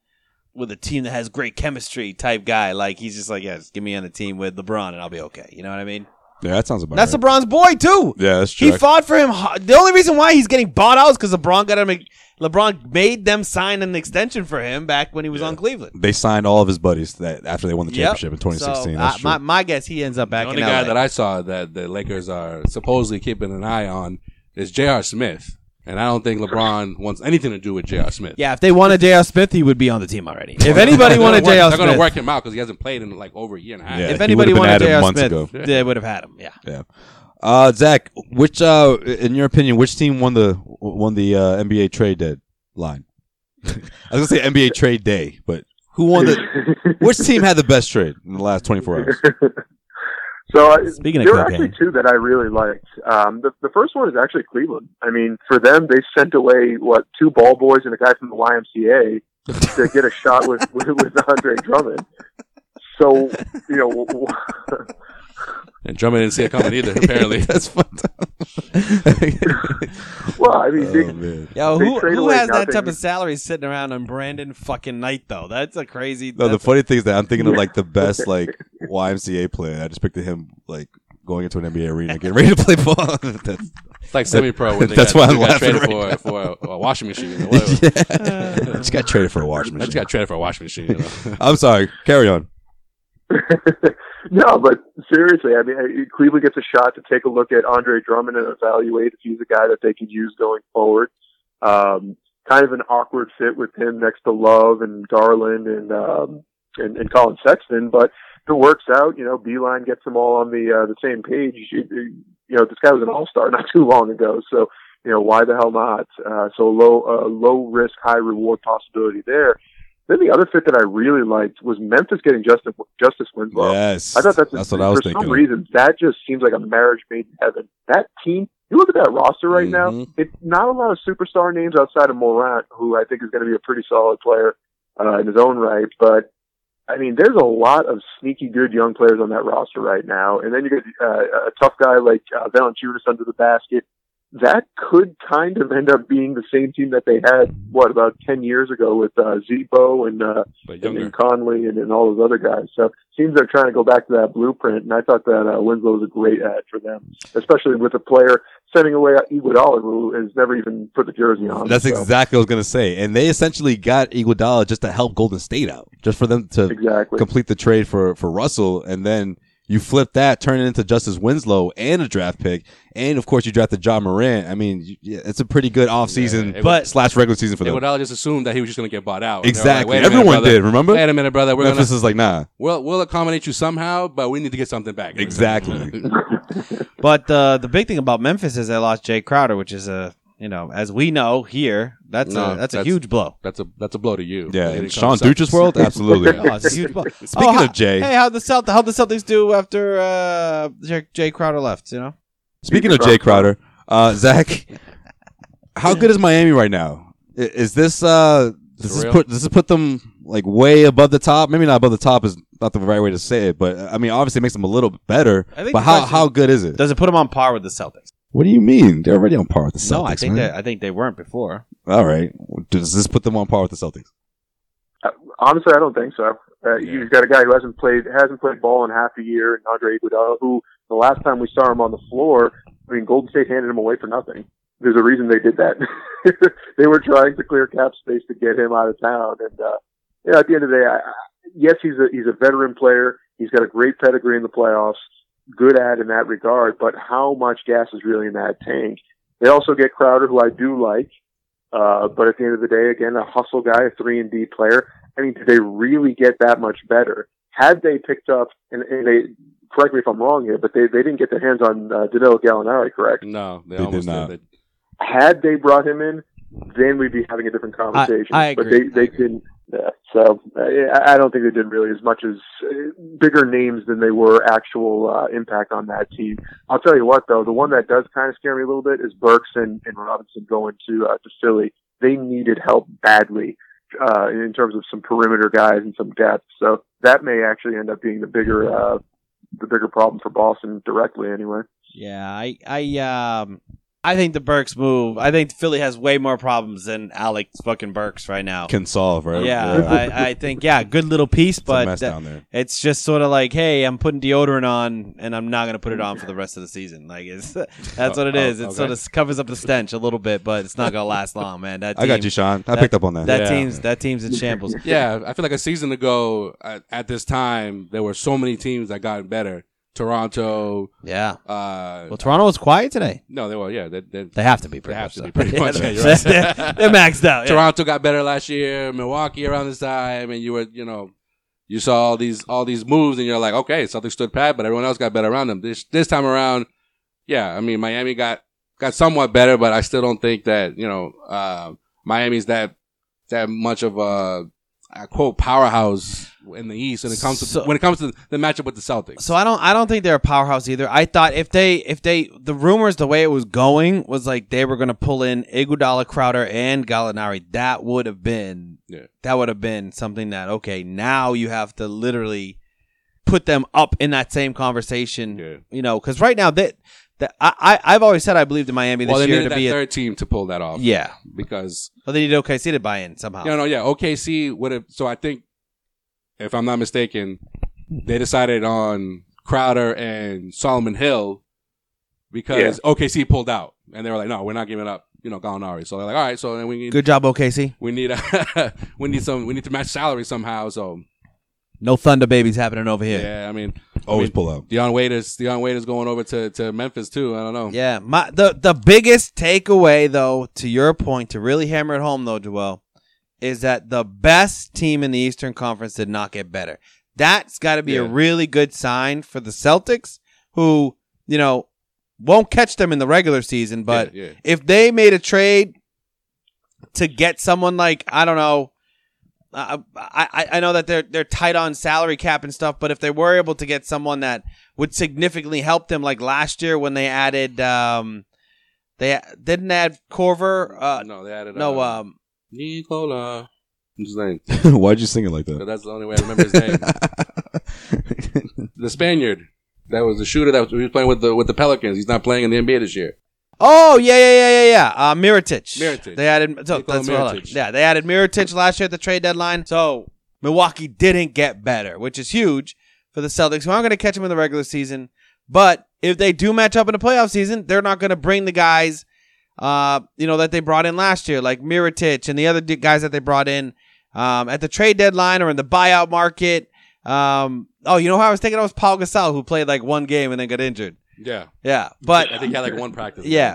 with a team that has great chemistry type guy. Like he's just like, yeah, just get me on a team with LeBron and I'll be okay. You know what I mean? Yeah, that sounds about That's right. LeBron's boy too. yeah, that's true. He fought for him. ho- The only reason why he's getting bought out is because LeBron got him. a- LeBron made them sign an extension for him back when he was on Cleveland. they signed all of his buddies that after they won the Yep. championship in 2016. So, that's I- true. my, my guess, he ends up back the in only guy LA. that I saw that the Lakers are supposedly keeping an eye on is J.R. Smith, and I don't think LeBron wants anything to do with J.R. Smith. yeah, if they wanted J.R. Smith, he would be on the team already. If anybody They're gonna wanted work- J.R. they're going Smith, to work him out because he hasn't played in like over a year and a half. Yeah. if He anybody would've been wanted added J.R. months Smith, ago. they would have had him. Yeah. yeah. Uh, Zach, which uh, in your opinion, which team won the won the uh, NBA trade deadline? I was gonna say NBA trade day, but who won the? Which team had the best trade in the last 24 hours? so I, Speaking of there were cocaine. actually two that I really liked. Um, the, the first one is actually Cleveland. I mean, for them, they sent away what two ball boys and a guy from the YMCA to get a shot with with, with Andre Drummond. So you know, w- w- And Drummond didn't see it coming either. Apparently, that's fucked up. well, I mean, oh, they, man. Yo, They who, trade who away has that nothing. type of salary sitting around on Brandon fucking Knight, though? That's a crazy. No, the that's- funny thing is that I'm thinking of like the best like YMCA player. I just picked him like going into an NBA arena, getting ready to play ball. That's- it's like semi-pro. When they That's got, why I'm they got laughing traded for, for a, a washing machine. Or whatever. I just got traded for a washing I just machine. got traded for a washing machine. You know? I'm sorry. Carry on. Oh, no, but seriously, I mean, I- Cleveland gets a shot to take a look at Andre Drummond and evaluate if he's a guy that they can use going forward. Um, kind of an awkward fit with him next to Love and Garland and um, and, and Colin Sexton, but if it works out. You know, Beeline gets them all on the uh, the same page. You, you know, this guy was an all star not too long ago, so you know why the hell not? Uh, so low uh, low risk, high reward possibility there. Then the other fit that I really liked was Memphis getting Justice Justice Winslow. yes, I thought that's, what I was for thinking. some of. reason that just seems like a marriage made in heaven. That team, you look at that roster right now. Mhm. It's not a lot of superstar names outside of Morant, who I think is going to be a pretty solid player uh, in his own right. But I mean, there's a lot of sneaky good young players on that roster right now. And then you get uh, a tough guy like uh, Valanciunas under the basket. That could kind of end up being the same team that they had what about ten years ago with uh, Zebo and. Uh, But and, younger. and Conley and, and all those other guys. So it seems they're trying to go back to that blueprint, and I thought that uh, Winslow was a great ad for them, especially with a player sending away Iguodala, who has never even put the jersey on. That's So, exactly what I was gonna say. And they essentially got Iguodala just to help Golden State out, just for them to exactly. complete the trade for for Russell, and then you flip that, turn it into Justice Winslow and a draft pick, and of course you drafted John Moran. I mean, you- yeah, it's a pretty good offseason Yeah, it But- was- slash regular season for They them. would all just assume that he was just going to get bought out. They were like, exactly, "Wait a minute, everyone brother. did. Remember, Wait a minute, brother. We're gonna Memphis is like, nah, we'll, we'll accommodate you somehow, but we need to get something back. exactly. But uh, the big thing about Memphis is they lost Jay Crowder, which is a you know, as we know here, that's No, a that's, a that's- huge blow. That's a that's a blow to you. yeah, Here in it Sean comes. Duchess world, absolutely. Oh, it's a huge blow. Speaking Oh, hi- of Jay, Hey, how the Celt- how the Celtics do after uh, Jay, Jay Crowder left? You know, Speaking of Jay Crowder, uh, Zach, how good is Miami right now? I- Is this uh, does this Surreal. put does this put them like way above the top? Maybe not above the top is not the right way to say it, but I mean, obviously, it makes them a little bit better. I think But the how question- how good is it? Does it put them on par with the Celtics? What do you mean? They're already on par with the Celtics. no, I think man. that I think they weren't before. All right. Does this put them on par with the Celtics? Honestly, I don't think so. Uh, Yeah. You've got a guy who hasn't played hasn't played ball in half a year, and Andre Iguodala, who the last time we saw him on the floor, I mean, Golden State handed him away for nothing. There's a reason they did that. they were trying to clear cap space to get him out of town, and uh, you know, at the end of the day, I, I- yes, he's a he's a veteran player. He's got a great pedigree in the playoffs. Good at in that regard, but how much gas is really in that tank? They also get Crowder, who I do like, uh, but at the end of the day, again, a hustle guy, a three and D player. I mean, did they really get that much better? Had they picked up, and, and they correct me if I'm wrong here, but they, they didn't get their hands on uh, Danilo Gallinari, correct? No, they, They did almost did. not. it. Had they brought him in, then we'd be having a different conversation. I agree. But they, they I agree. didn't. Yeah, so uh, I I don't think they did really as much as uh, bigger names than they were actual uh, impact on that team. I'll tell you what, though, the one that does kind of scare me a little bit is Burks and, and Robinson going to uh, to Philly. They needed help badly uh, in terms of some perimeter guys and some depth. So that may actually end up being the bigger uh, the bigger problem for Boston directly, anyway. Yeah, I, I, um, I think the Burks move. I think Philly has way more problems than Alex fucking Burks right now. Can solve, right? yeah, I, I think yeah, good little piece, it's a but mess that- down there. it's just sort of like, hey, I'm putting deodorant on, and I'm not gonna put it on for the rest of the season. Like, it's that's what it Oh, oh, is. It okay. sort of covers up the stench a little bit, but it's not gonna last long, man. That team, I got you, Sean. I that- picked up on that. That Yeah. team's that team's in shambles. Yeah, I feel like a season ago at, at this time there were so many teams that got better. Toronto, Yeah. uh, Well, Toronto was quiet today. no, they were yeah, they, they, They have to be. Pretty They have much, to so. be, pretty much, yeah, you're they're, right. they're maxed out. Yeah. Toronto got better last year. Milwaukee around this time, and you were you know you saw all these all these moves, and you're like, okay, something stood pat, but everyone else got better around them. This this time around, yeah, I mean Miami got got somewhat better, but I still don't think that you know uh, Miami's that that much of a I quote powerhouse in the East when it comes to So- when it comes to the matchup with the Celtics. So I don't I don't think they're a powerhouse either. I thought if they if they the rumors the way it was going was like they were gonna pull in Iguodala, Crowder, and Gallinari. That would have been Yeah. that would have been something that okay now you have to literally put them up in that same conversation. Yeah. You know because right now that that I, I I've always said I believed in Miami this well, they year needed to that be a, third team to pull that off, yeah. because Well, they need OKC to buy in somehow. No, no, yeah. OKC would have. So I think, if I'm not mistaken, they decided on Crowder and Solomon Hill because OKC pulled out, and they were like, "No, we're not giving up." You know, Gallinari. So they're like, "All right, so then we need Good job OKC. we need a, we need some we need to match salary somehow." So No thunder babies happening over here. yeah, I mean, Always I mean, pull out. Deion Waiters, Deion Waiters going over to to Memphis too. I don't know. Yeah, my the the biggest takeaway though, to your point, to really hammer it home though, Joel, is that the best team in the Eastern Conference did not get better. That's got to be a Yeah. really good sign for the Celtics, who you know won't catch them in the regular season, but yeah, yeah. if they made a trade to get someone like I don't know, I I, I- I know that they're they're tight on salary cap and stuff, but if they were able to get someone that would significantly help them, like last year when they added, um, they didn't add Corver, uh, no, they added no, uh, um, Nicola. His name. Why'd you sing it like that? That's the only way I remember his name. the Spaniard that was the shooter that was, he was playing with the with the Pelicans. He's not playing in the NBA this year. oh yeah yeah yeah yeah yeah, uh, Miritich, Mirotic. they added, so, Nikola that's what I like. Mirotic. yeah, they added Miritich last year at the trade deadline, so Milwaukee didn't get better, which is huge for the Celtics, who aren't going to catch them in the regular season. But if they do match up in the playoff season, they're not going to bring the guys, uh, you know, that they brought in last year, like Miritich and the other d- guys that they brought in um, at the trade deadline or in the buyout market. Um, oh, you know how I was thinking? It was Paul Gasol, who played like one game and then got injured. Yeah, Yeah, but I think he had like one practice. Yeah.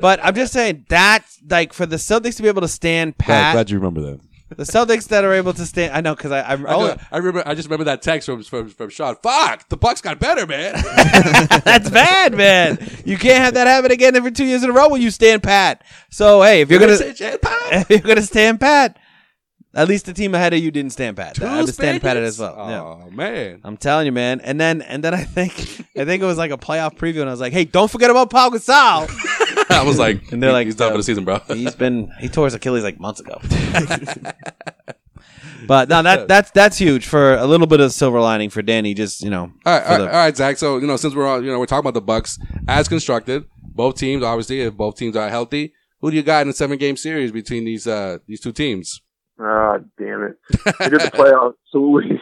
but I'm just saying that's like for the Celtics to be able to stand Glad, pat. glad you remember that. The Celtics that are able to stand, I know because I, I, I, oh, just, I remember. I just remember that text from from from Sean. Fuck, the Bucks got better, man. that's bad, man. You can't have that happen again every two years in a row when you stand pat. So hey, if you're gonna if you're gonna stand pat, at least the team ahead of you didn't stand pat. I had to stand pat it as well. Oh Yeah. man, I'm telling you, man. And then and then I think I think it was like a playoff preview, and I was like, hey, don't forget about Paul Gasol. I was like, And they're like, he's done uh, for the season, bro. He's been he tore his Achilles like months ago. But no, that that's that's huge for a little bit of silver lining for Danny. Just you know, All right, for all right, the- all right, Zach. So you know, since we're on, you know, we're talking about the Bucks as constructed, both teams obviously, if both teams are healthy, who do you got in a seven game series between these uh these two teams? Ah, damn it. We did the playoff. So we,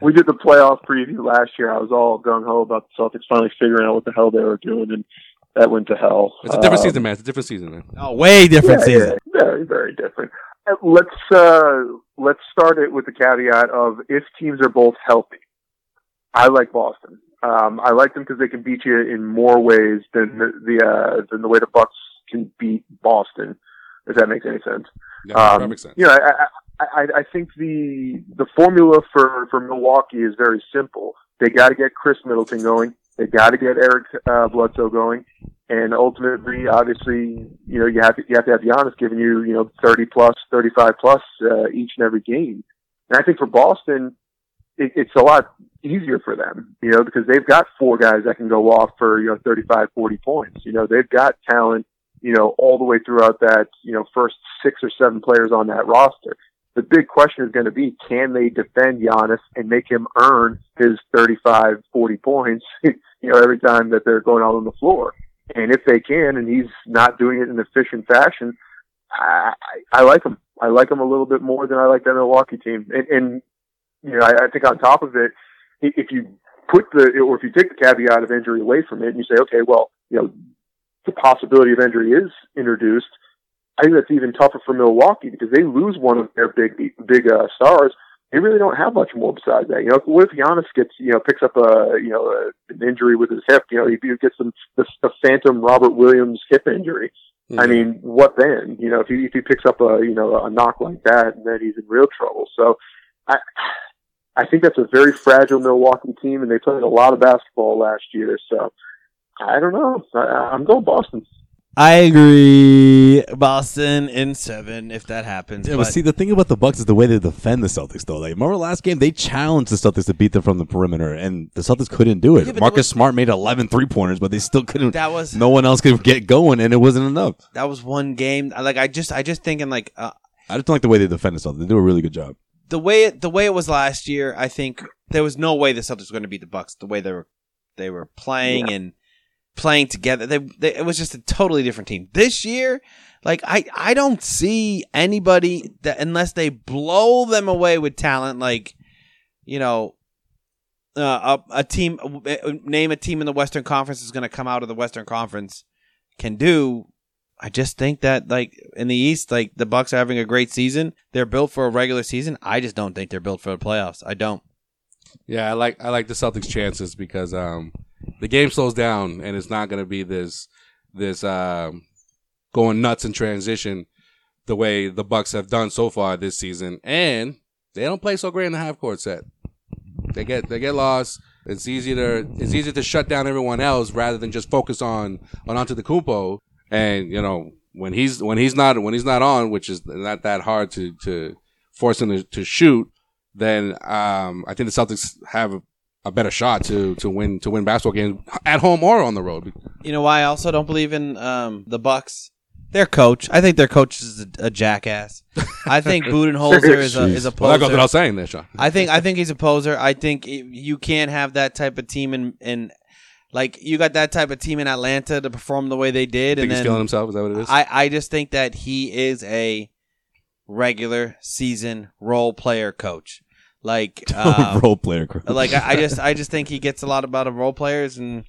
we did the playoff preview last year. I was all gung ho about the Celtics finally figuring out what the hell they were doing, and that went to hell. It's a different Um, season, man. It's a different season, man. oh, way different yeah, season. yeah, very, very different. Uh, Let's uh, let's start it with the caveat of if teams are both healthy. I like Boston. Um, I like them because they can beat you in more ways than the, the uh, than the way the Bucks can beat Boston. If that makes any sense. Yeah, that Um, makes sense. You know, I, I, I, I think the the formula for, for Milwaukee is very simple. They got to get Chris Middleton going. They got to get Eric uh, Bledsoe going, and ultimately, obviously, you know, you have to you have to have Giannis giving you you know thirty plus, thirty five plus uh, each and every game. And I think for Boston, it, it's a lot easier for them, you know, because they've got four guys that can go off for you know 35, 40 points. You know, they've got talent you know, all the way throughout that, you know, first six or seven players on that roster. The big question is going to be, can they defend Giannis and make him earn his 35, 40 points, you know, every time that they're going out on the floor? And if they can, and he's not doing it in an efficient fashion, I, I I like him. I like him a little bit more than I like that Milwaukee team. And, and you know, I, I think on top of it, i- if you put the, or if you take the caveat of injury away from it and you say, okay, well, you know, the possibility of injury is introduced, I think that's even tougher for Milwaukee because they lose one of their big big uh, stars. They really don't have much more besides that. You know, what if Giannis gets you know picks up a you know a, an injury with his hip? You know, he, he gets some the, the phantom Robert Williams hip injury. I mean, what then? You know, if he if he picks up a you know a knock like that, then he's in real trouble. So, I I think that's a very fragile Milwaukee team, and they played a lot of basketball last year. So, I don't know. I, I'm going Boston. I agree. Boston in seven, if that happens. Yeah, but but see, the thing about the Bucks is the way they defend the Celtics, though. Like, remember last game, they challenged the Celtics to beat them from the perimeter, and the Celtics couldn't do it. Yeah, but Marcus there was- Smart made 11 three pointers, but they still couldn't. that was No one else could get going, and it wasn't enough. that was one game. I- Like I just I just thinking like uh, I just don't like the way they defend the Celtics. They do a really good job. the way it, the way it was last year. I think there was no way the Celtics were going to beat the Bucks the way they were they were playing and playing together. They, they it was just a totally different team this year. Like I I don't see anybody that unless they blow them away with talent. Like you know. Uh, a, a team uh, name a team in the Western Conference is going to come out of the Western Conference can do. I just think that like in the East, like the Bucks are having a great season. They're built for a regular season. I just don't think they're built for the playoffs. I don't. Yeah, I like I like the Celtics' chances because um, the game slows down and it's not going to be this this um, going nuts in transition the way the Bucks have done so far this season, and they don't play so great in the half court set. They get they get lost. It's easy to it's easy to shut down everyone else rather than just focus on on onto the Kumpo. And you know when he's when he's not when he's not on, which is not that hard to to force him to, to shoot then um, I think the Celtics have a better shot to to win to win basketball games at home or on the road. You know why I also don't believe in um, the Bucks. Their coach, I think their coach is a, a jackass. I think Budenholzer is a is a Well, that goes poser. without saying, there, Sean. I think I think he's a poser. I think it- you can't have that type of team in in like you got that type of team in Atlanta to perform the way they did, think and he's then feeling himself. Is that what it is? I, I just think that he is a regular season role player coach. Like um, Role player. Chris. like I, I just I just think he gets a lot about of role players and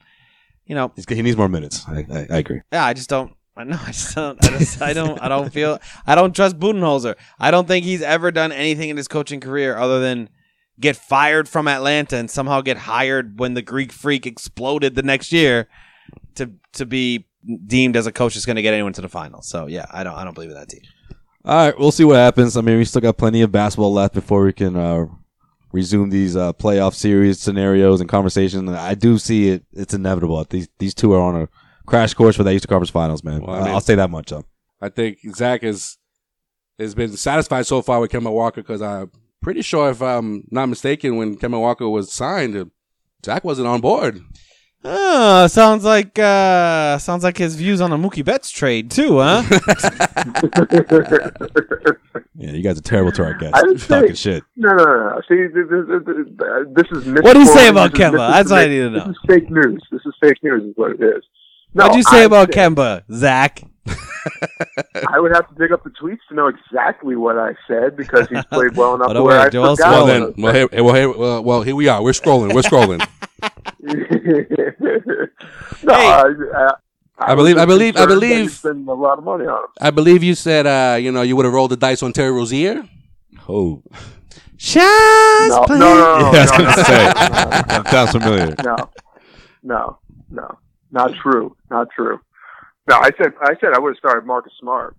you know, He's, he needs more minutes. I, I, I agree. yeah, I just don't I know I just don't I, just, I don't I don't feel I don't trust Budenholzer. I don't think he's ever done anything in his coaching career other than get fired from Atlanta and somehow get hired when the Greek freak exploded the next year to to be deemed as a coach that's going to get anyone to the finals. So yeah, I don't I don't believe in that team. All right, we'll see what happens. I mean, we still got plenty of basketball left before we can uh, resume these uh, playoff series scenarios and conversations. And I do see it; it's inevitable. These these two are on a crash course for the Eastern Conference Finals, man. Well, I I mean- will say that much. Though. I think Zach is has been satisfied so far with Kemba Walker because I'm pretty sure, if I'm not mistaken, when Kemba Walker was signed, Zach wasn't on board. Oh, sounds like uh, sounds like his views on the Mookie Betts trade too, huh? Yeah, you guys are terrible to our I guests. would say- Talking shit. No, no, no. no. See, th- th- th- th- uh, this is What do you say misquoted. about This is- Kemba? this That's is what I fake- need to know. This is fake news. This is fake news, is what it is. No, What'd you say I- about Kemba, Zach? I would have to dig up the tweets to know exactly what I said because he's played well Oh, enough to don't where worry, I Joel's forgot. Well Oh, then, well here, well here, well, well here we are. We're scrolling. We're scrolling. no, Hey. I, I, I believe- I believe- I concerned that believe- you spend a lot of money on him. I believe you said, uh, you know, you would have rolled the dice on Terry Rozier. Oh, Shots No, no, played. no, yeah, I no, was no, gonna no, say no, no, that sounds familiar. no, no, no, not true, not true. No, I said, I said I would have started Marcus Smart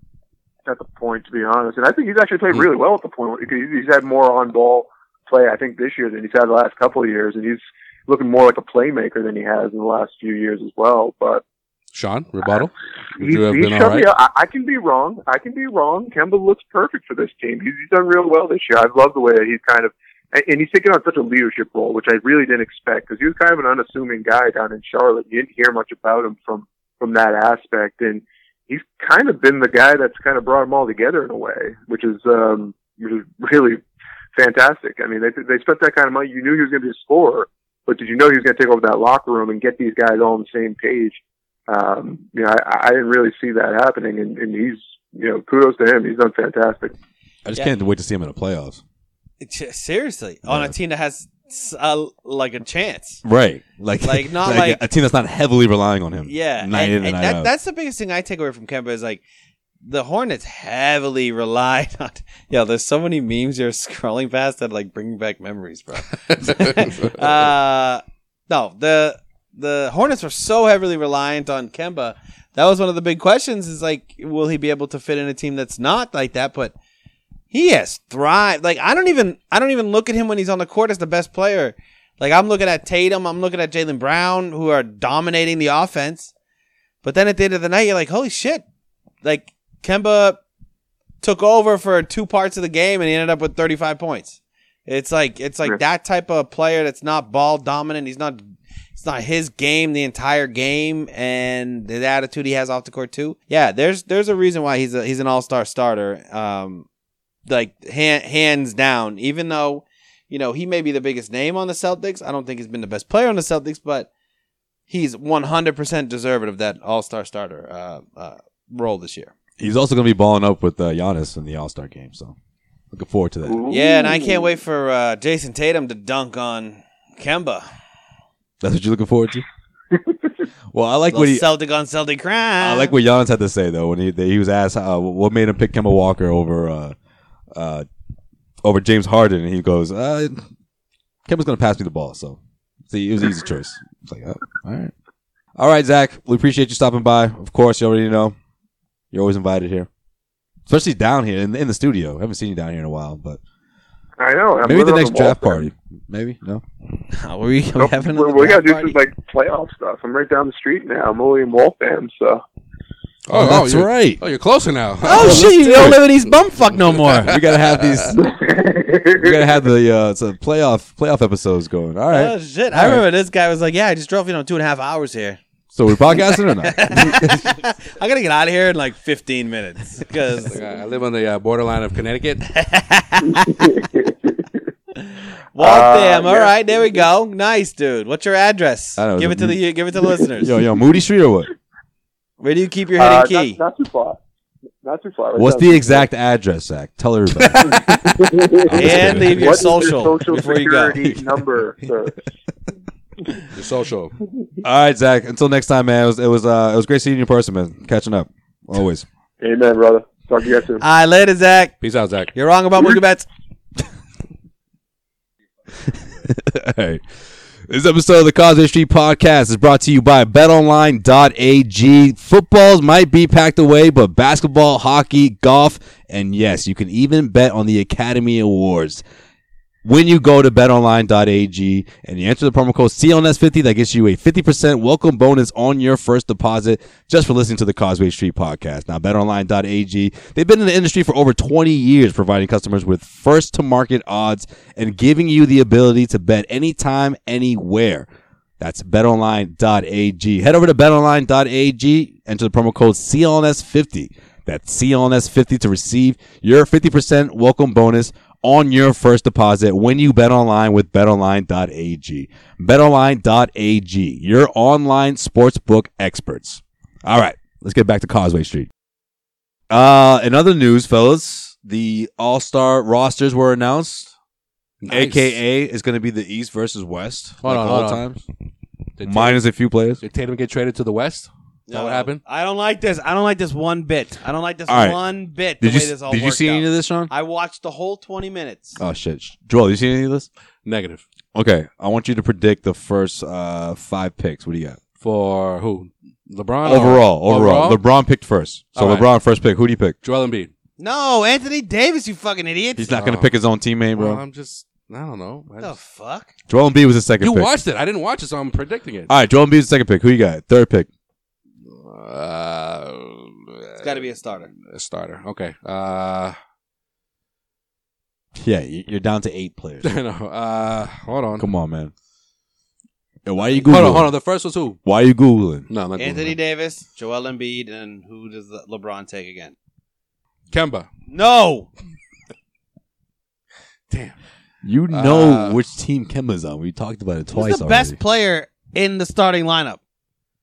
at the point, to be honest, and I think he's actually Hmm. played really well at the point. He- He's had more on ball play, I think, this year than he's had the last couple of years, and he's looking more like a playmaker than he has in the last few years as well. But Sean, rebuttal. Would he, you have he been all shut me right? up. I, I can be wrong. I can be wrong. Kemba looks perfect for this team. He's, he's done real well this year. I love the way that he's kind of, and, and he's taken on such a leadership role, which I really didn't expect because he was kind of an unassuming guy down in Charlotte. You didn't hear much about him from from that aspect, and he's kind of been the guy that's kind of brought them all together in a way, which is um, which is really fantastic. I mean, they they spent that kind of money. You knew he was going to be a scorer, but did you know he was going to take over that locker room and get these guys all on the same page? Um, you know, I, I didn't really see that happening, and, and he's you know kudos to him. He's done fantastic. I just Yeah. can't wait to see him in the playoffs. Seriously, on a team that has s- uh, like a chance. Right, like Like, not like- a team that's not heavily relying on him. Yeah, night and, in and, and night that, out. that's the biggest thing I take away from Kemba is like the Hornets heavily relied on. Yo, there's so many memes you're scrolling past that like bring back memories, bro. uh, no, the the Hornets were so heavily reliant on Kemba. That was one of the big questions. Is like, will he be able to fit in a team that's not like that? But he has thrived. Like, I don't even I don't even look at him when he's on the court as the best player. Like, I'm looking at Tatum. I'm looking at Jalen Brown, who are dominating the offense. But then at the end of the night, you're like, holy shit! Like Kemba took over for two parts of the game, and he ended up with 35 points. It's like it's like Yeah. that type of player that's not ball dominant. He's not. It's not his game the entire game, and the attitude he has off the court too. Yeah, there's there's a reason why he's a, he's an all star starter. Um, like hand, hands down. Even though you know he may be the biggest name on the Celtics, I don't think he's been the best player on the Celtics, but he's 100% deserving of that All Star starter uh, uh, role this year. He's also going to be balling up with uh, Giannis in the All Star game, so looking forward to that. Yeah, and I can't wait for uh, Jason Tatum to dunk on Kemba. That's what you're looking forward to. well, I like Little what he. Celtic on Celtic crime. I like what Giannis had to say though when he he was asked uh, what made him pick Kemba Walker over uh, uh, over James Harden, and he goes, uh, "Kemba's going to pass me the ball, so it's a- it was an easy choice." It's like, oh, all right, all right, Zach, we appreciate you stopping by. Of course, you already know you're always invited here, especially down here in, in the studio. I haven't seen you down here in a while, but I know. I'm maybe the living on next wall draft there. party. Maybe no. Are we, are we Nope. having Oh, we another we gotta draft party? do some like playoff stuff. I'm right down the street now. I'm only in Waltham, so Oh, oh, that's you're, right. oh, you're closer now. Oh let's shit! You do don't it. live in East Bumfuck no more. we gotta have these. We gotta have the uh, some playoff playoff episodes going. All right. Oh shit! All I right. remember this guy was like, "Yeah, I just drove you know two and a half hours here. So we're podcasting or not? I gotta get out of here in like 15 minutes because Like, I I live on the uh, borderline of Connecticut. Waltham. Uh, all yeah. right, there we go. Nice, dude. What's your address? I know, give it to the- the give it to the listeners. yo, yo, Moody Street or what? Where do you keep your hidden uh, key? not, not too far. Not too far. Right What's down the exact address, Zach? Tell everybody. and leave your What is your social, social before you go. security number? sir? Your social. All right, Zach. Until next time, man. It was it was uh, it was great seeing you in person, man. Catching up always. Amen, brother. Talk to you guys soon. All right, later, Zach. Peace out, Zach. You're wrong about Mookie Betts. All right. This episode of the Causeway Street Podcast is brought to you by BetOnline.ag. Footballs might be packed away, but basketball, hockey, golf, and yes, you can even bet on the Academy Awards. When you go to betonline.ag and you enter the promo code CLNS50, that gets you a 50% welcome bonus on your first deposit just for listening to the Causeway Street podcast. Now, betonline.ag, they've been in the industry for over 20 years, providing customers with first to market odds and giving you the ability to bet anytime, anywhere. That's betonline.ag. Head over to betonline.ag, enter the promo code CLNS50. That's CLNS50 to receive your 50% welcome bonus on your first deposit when you bet online with betonline.ag. Betonline.ag, your online sportsbook experts. All right, let's get back to Causeway Street. Uh, in other news, fellas, the All Star rosters were announced. Nice. AKA is going to be the East versus West, Hold like on, all hold on. times. Did Tatum, Minus a few players. did Tatum get traded to the West? Is that what happened? I don't like this. I don't like this one bit. I don't like this All right. one bit. The Did you way this all did you worked see out. any of this, Sean? I watched the whole twenty minutes. Oh shit, Sh- Joel, you see any of this? Negative. Okay, I want you to predict the first uh, five picks. What do you got? For who? LeBron? or Overall, overall, Oh, Overall? LeBron picked first. So All right. LeBron first pick. Who do you pick? Joel Embiid. No, Anthony Davis, you fucking idiot. He's not going Oh. to pick his own teammate, Well, bro. I'm just, I don't know. I what the just- fuck? Joel Embiid was the second you pick. Uh, watched it. I didn't watch it, so I'm predicting it. All right, Joel Embiid's the second pick. Who you got? Third pick. Uh, It's got to be a starter. a starter. Okay. Uh, Yeah, y- you're down to eight players. no, uh, hold on. Come on, man. Yo, why are you googling? Hold on, hold on. The first was who? Why are you googling? No, I'm not Anthony Anthony Davis, Joel Embiid, and who does the- LeBron take again? Kemba. No, Damn. You know Uh, which team Kemba's on. We talked about it twice who's the already. best player in the starting lineup?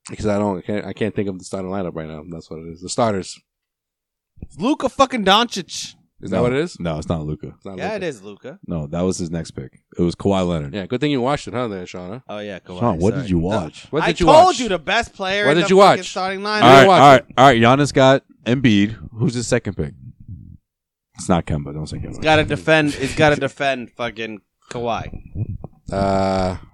Because I don't, I can't, I can't think of the starting lineup right now. That's what it is. The starters. Luka fucking Doncic. Is that No. what it is? No, it's not Luca. It's not Yeah, it Luka. is Luca. No, that was his next pick. It was Kawhi Leonard. Yeah, good thing you watched it, huh, there, Sean? Huh? Oh yeah, Kawhi. Sean, what sorry. did you No. watch? What did I you told watch? you the best player. What in did the you fucking watch? Starting All lineup. right, didn't all watch right, all right. Giannis got Embiid. Who's his second pick? It's not Kemba. Don't say Kemba. Got to defend. He's got to defend fucking Kawhi. Uh, all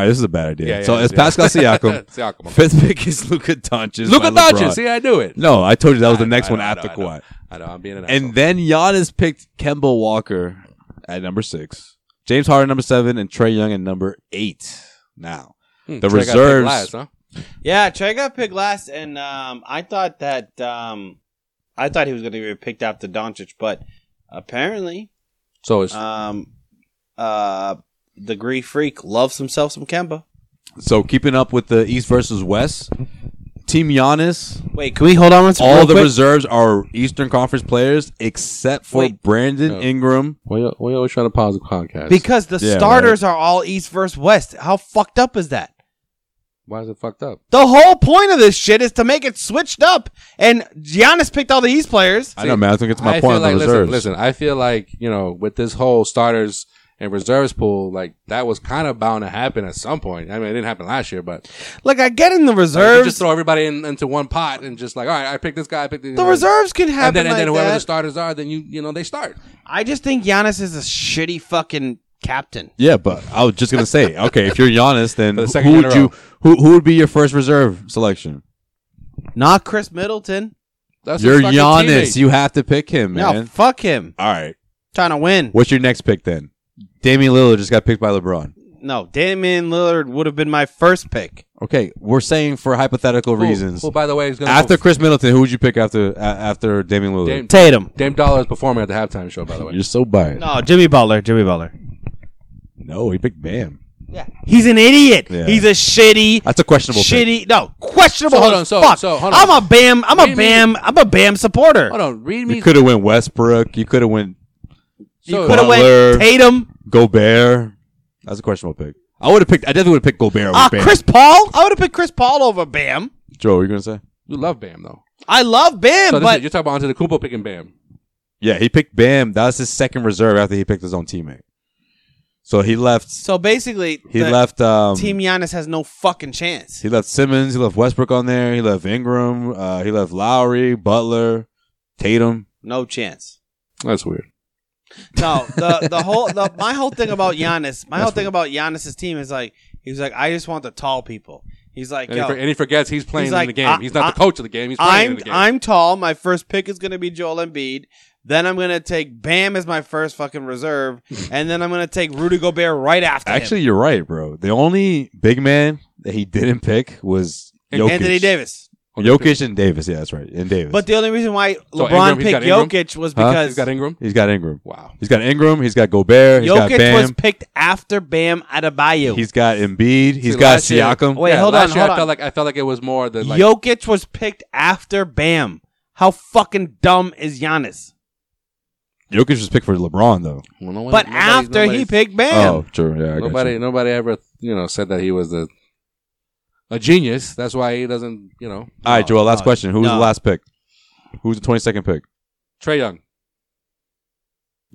right, this is a bad idea. yeah, yeah, so yeah, it's yeah. Pascal Siakam. Siakam. Fifth pick is Luka Doncic. Luka by LeBron. Doncic. See, I knew it. No, I told you that was the I- next I- one I after know, I know. Kawhi. I know. I'm being an asshole. And then Giannis picked Kemba Walker at number six, James Harden number seven, and Trey Young at number eight. Now, Hmm, the Trey got picked reserves- last, huh? Yeah, Trey got picked last, and um, I thought that um, I thought he was going to be picked after Doncic, but apparently, So it's um, uh, the Greek freak loves himself some Kemba. so keeping up with the East versus West, Team Giannis, Wait, can we hold on? all the reserves are Eastern Conference players except for Wait. Brandon No. Ingram. why you, why you always trying to pause the podcast? because the Yeah, starters are all East versus West. How fucked up is that? why is it fucked up? The whole point of this shit is to make it switched up, and Giannis picked all the East players. I know, man. I think it's my I point feel on like the listen, reserves. listen. I feel like you know with this whole starters and reserves pool, like that was kind of bound to happen at some point. I mean, it didn't happen last year, but Like I get in the like, you reserves. just throw everybody in, into one pot and just like, all right, I picked this guy, I picked the reserves can happen and then and then like whoever that. the starters are, then you you know they start. I just think Giannis is a shitty fucking captain. Yeah, but I was just gonna say, okay, if you're Giannis, then For the who second year would in a you who who would be your first reserve selection? Not Chris Middleton. That's You're his fucking Giannis. teammate. You have to pick him, man. No, fuck him. All right. Trying to win. What's your next pick then? Damian Lillard just got picked by LeBron. No, Damian Lillard would have been my first pick. Okay, we're saying for hypothetical Who- reasons. Who, by the way, is going after Chris Middleton, who would you pick after a after Damian Lillard? Dame, Tatum. Dame Dollar is performing at the halftime show. By the way, You're so biased. No. No, Jimmy Butler. Jimmy Butler. he picked Bam. Yeah. He's an idiot. Yeah. He's a shitty, That's a questionable pick. shitty, no, questionable. So hold on, as so- fuck. so hold on. I'm a Bam. I'm What do a you Bam. I'm a Bam supporter. hold on, read me. You could have went Westbrook. You could have went so, uh, Could have Butler. went Tatum. Gobert. That's a questionable pick. I would have picked. I definitely would have picked Gobert over Ah, Uh, Bam. Chris Paul. I would have picked Chris Paul over Bam. Joe, what were you gonna say? you love Bam though. I love Bam, So this but is, you're talking about onto the Kumpo picking Bam. Yeah, he picked Bam. That was his second reserve after he picked his own teammate. So he left. so basically, He the left. Um, Team Giannis has no fucking chance. He left Simmons. He left Westbrook on there. He left Ingram. Uh, he left Lowry, Butler, Tatum. No chance. That's weird. No, the the whole the, my whole thing about Giannis, my whole That's thing about Giannis's team is like he was like, I just want the tall people. He's like, And, he, yo, for- and he forgets he's playing like, in the game. I- he's not the I- coach of the game. He's playing in I'm the game. I'm tall. My first pick is gonna be Joel Embiid. Then I'm gonna take Bam as my first fucking reserve, and then I'm gonna take Rudy Gobert right after him. Actually, you're right, bro. The only big man that he didn't pick was And Jokic. Anthony Davis. Jokic and Davis. Yeah, that's right. And Davis. But the only reason why LeBron Ingram, he's picked got Ingram? Jokic was Huh? He's because got Ingram. he's got Ingram. Wow. He's got Ingram. He's got Gobert. He's got Jokic Bam. was picked after Bam Adebayo. he's got Embiid. He's See, got last year- Siakam. Wait, hold last on, year hold I on. felt like I felt like it was more the like. Jokic was picked after Bam. How fucking dumb is Giannis? Jokic was picked for LeBron though. Well, no one- But nobody's- after he nobody's- picked Bam, Oh, true. Yeah, I got nobody you. nobody ever you know said that he was the a genius. That's why he doesn't you know All right, Joel. Last No, question. Who was no. the last pick? Who was the twenty second pick? Trey Young.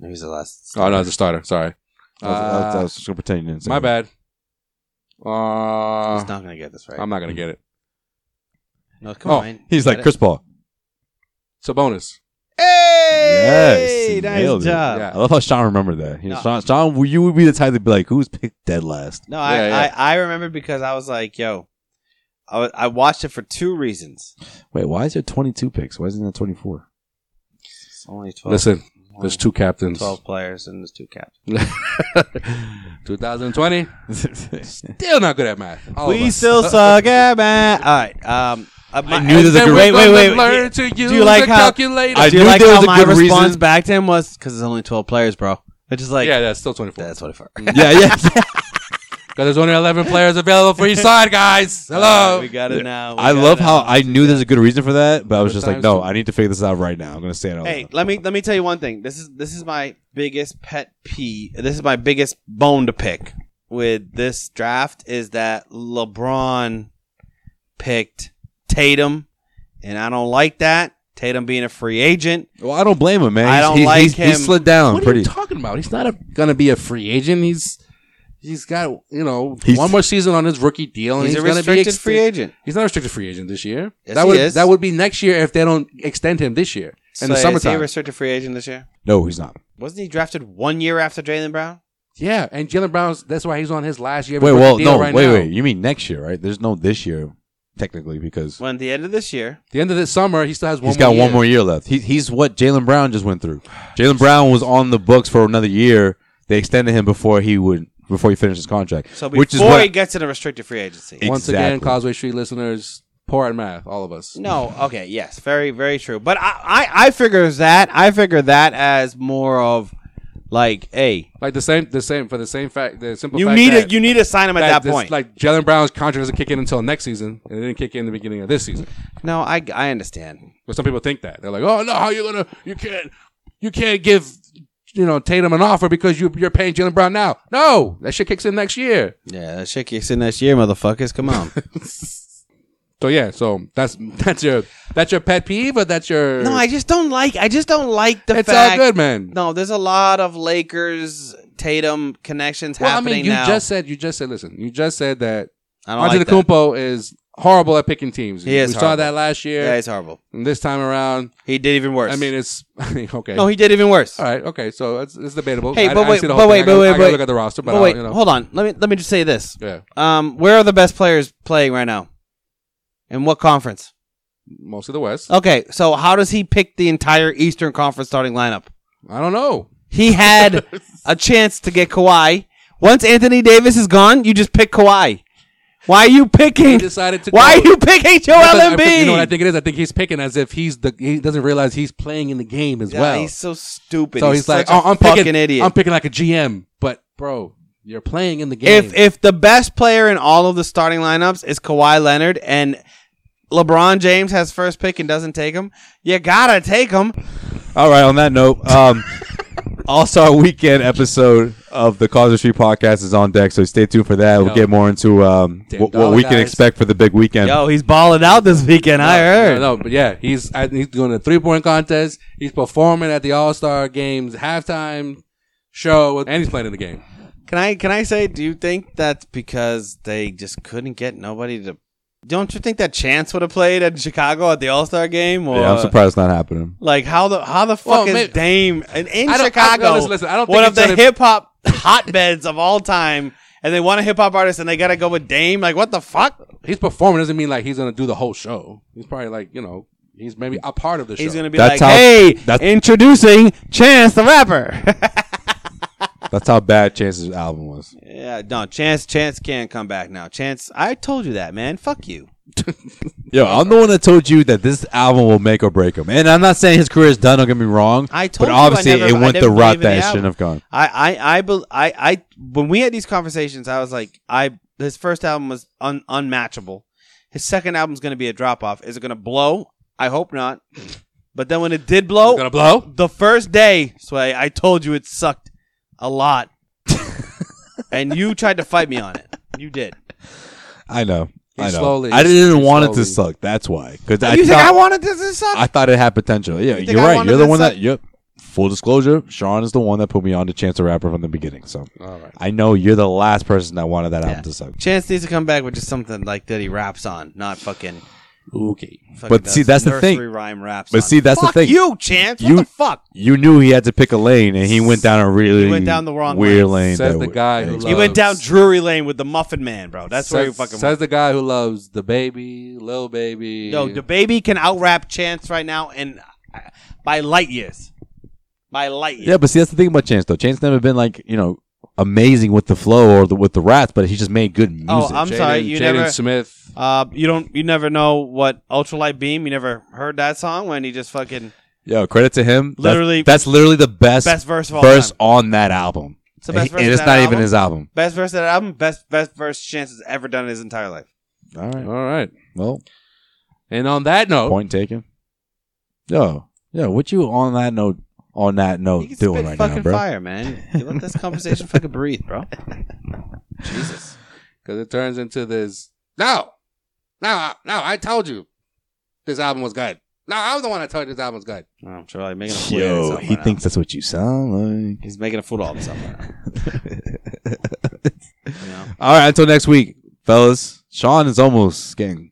he's the last. Oh no, it's a starter. Sorry, I was, I was- I Uh, was just gonna pretend you didn't say my it. bad. He's Uh, not gonna get this right. I'm not gonna get it. no, come oh, on. He's Get like it. Chris Paul. It's a bonus. Yes, Hey, he nailed nice it. job. Yeah. I love how Sean remembered that. He, No. Sean, Sean, well, you would be the type to be like, "Who's picked dead last?" No, I, Yeah, yeah. I I remember because I was like, yo, I wa- I watched it for two reasons. Wait, why is there twenty two picks? Why isn't there twenty four? It's only twelve. Listen, there's two captains. oh. twelve players and there's two caps. 2020. Still not good at math. All of We us. still suck at math. All right. Um, uh, my- knew there's a And good- we're wait, wait, gonna wait. Learn to Do use you like a how? calculator. I do you knew like there was how a my good response reason. back to him was because there's only twelve players, bro? It's just like yeah, that's still 24. that's what I felt. yeah, yeah. Because there's only 11 players available for each side, guys. Hello. we got it now. We I got love it how now. I knew there's a good reason for that, but I was Good just like, times no, to- I need to figure this out right now. I'm gonna say it out. Hey, loud. let me let me tell you one thing. This is this is my biggest pet peeve. This is my biggest bone to pick with this draft is that LeBron picked Tatum, and I don't like that. Tatum being a free agent. Well, I don't blame him, man. I He's- don't he's, like he's, him. He slid down what are pretty. you talking about? He's not a, gonna be a free agent. He's he's got you know He's- one more season on his rookie deal, and He's, he's, a gonna be restricted ex- free agent. He's not a restricted free agent this year. Yes, that he would is. that would be next year if they don't extend him this year in So the Is he a summertime. restricted free agent this year? no, he's not. Wasn't he drafted one year after Jalen Brown? yeah, and Jalen Brown's that's why he's on his last year. of Wait, rookie well, deal no, right wait, now. wait. You mean next year, right? There's no this year, technically, because Well, at the end of this year, The end of this summer, he still has one. he's got more one year. more year left. He, he's what Jalen Brown just went through. Jalen Brown was on the books for another year. They extended him before he would before he finished his contract. so before which is what, he gets in a restricted free agency. Ex- Once again, Exactly. Causeway Street listeners, poor at math, all of us. No, okay, yes, very, very true. But I, I, I figure that I figure that as more of like, hey, Like the same, the same for the same fact. The simple you fact need that, it, you need to sign him at that, this- point. Like Jalen Brown's contract doesn't kick in until next season, and it didn't kick in the beginning of this season. no, I, I understand. But some people think that they're like, "Oh no, how you gonna? You can't, you can't give, you know, Tatum an offer because you you're paying Jalen Brown now. No, that shit kicks in next year. Yeah, that shit kicks in next year, motherfuckers. Come on. So yeah, so that's that's your that's your pet peeve, or that's your no, I just don't like. I just don't like the it's all fact. good, man. No, there's a lot of Lakers Tatum connections well, I happening mean, you now. just said you just said listen, you just said that I don't like that. Antetokounmpo is horrible at picking teams. He is we saw horrible. that last year, Yeah, it's horrible. and this time around, He did even worse. I mean, it's I mean, okay. no, he did even worse. All right. Okay. So it's, it's debatable. Hey, Oh, I- but I wait, see the but whole wait, thing. I but gotta- wait, I gotta wait. look at the roster, but, but I'll, wait, you know, hold on. Let me let me just say this. yeah, Um, where are the best players playing right now? In what conference? most of the West. Okay, so how does he pick the entire Eastern Conference starting lineup? I don't know. He had a chance to get Kawhi. Once Anthony Davis is gone, you just pick Kawhi. Why are you He picking? decided to. Why are go. you picking Joel Because I think- Embiid? You know what I think it is? I think he's picking as if he's the. He doesn't realize he's playing in the game as Yeah, well. he's so stupid. so he's, he's, like, such a oh, I'm fucking picking. idiot. I'm picking like a GM, but bro, you're playing in the game. if if the best player in all of the starting lineups is Kawhi Leonard and LeBron James has first pick and doesn't take him, you gotta take him. All right. On that note, um, All Star Weekend episode of the Causer Street podcast is on deck, so stay tuned for that. We'll Yo. get more into um, Damn what, what dollar we can guys. expect for the big weekend. Yo, he's balling out this weekend. I heard. No, no, but yeah, he's I, he's doing a three point contest. He's performing at the All Star Games halftime show, and he's playing in the game. Can I can I say? Do you think that's because they just couldn't get nobody to? Don't you think that Chance would have played at Chicago at the All Star game? Or Yeah, I'm surprised it's not happening. Like how the how the fuck Well, is maybe- Dame in, in I don't- I- Chicago? no, listen, listen, I don't one think of the it's gonna- hip hop hotbeds of all time, and they want a hip hop artist, and they gotta go with Dame. Like what the fuck? He's performing doesn't mean like he's gonna do the whole show. He's probably like you know he's maybe a part of the show. He's gonna be That's like, how- hey, that's- introducing Chance the rapper. That's how bad Chance's album was. yeah, no, Chance Chance can't come back now. Chance, I told you that, man. Fuck you. Yo, I'm the one that told you that this album will make or break him, and I'm not saying his career is done. Don't get me wrong, I told but you I obviously never- it I went never the route believe in that it the shouldn't have gone. I I I, bel I I when we had these conversations, I was like, I his first album was un, unmatchable. His second album's going to be a drop off. Is it going to blow? I hope not. But then when it did blow, Gonna blow? the first day, Sway, I told you it sucked a lot, and you tried to fight me on it. You did. I know, I He's know. slowly- I didn't he's want it to slowly- suck. That's why, because I you think I thought wanted this to suck? I, thought it had potential. Yeah, You think you are I right. wanted You're the to one suck? that. Yep. Full disclosure, Sean is the one that put me on to Chance the Rapper from the beginning. So Oh. All right. I know you're the last person that wanted that album Yeah. to suck. Chance needs to come back with just something like that he raps on, not fucking. Okay. fucking But see, does that's the thing. nursery Rhyme raps. But on. see, that's the Fuck thing. You Chance, what You- the fuck? You knew he had to pick a lane, and he went down a really He went down the wrong weird lane. lane. Says that the w- guy who Thanks. He went down loves- Drury Lane with the Muffin Man, bro. That's where you Says- fucking. Says the guy who loves the baby, little baby. Yo, the baby can out rap Chance right now, and uh, by light years, by light years. Yeah, but see, that's the thing about Chance though. Chance never been like you know amazing with the flow or the, with the rats, but he just made good music. Oh, I'm sorry, you Jaden never. Smith. Uh, you don't. You never know what ultralight beam. You never heard that song when he just fucking Yo, credit to him. That's- Literally- that's, literally the best, best verse of all verse time. on that album. It's the And best he- verse. and of it's that not album. even his album. best verse of that album. Best best verse Chance has ever done in his entire life. All All right. right. Well, And on that note, point taken. Yo, yo, what you on that note? On that He note, can Oh, doing spit right fucking now, bro? fire, man. You let this conversation fucking breathe, bro. Jesus. because it turns into this. No, no, no! I told you this album was good. No, I was the one that told you this album was good. Oh, I'm sure like making a fool. Yo, of himself he right now. thinks that's what you sound he's making a fool of himself. Right now, like. you know? All right, until next week, fellas. Sean is almost getting.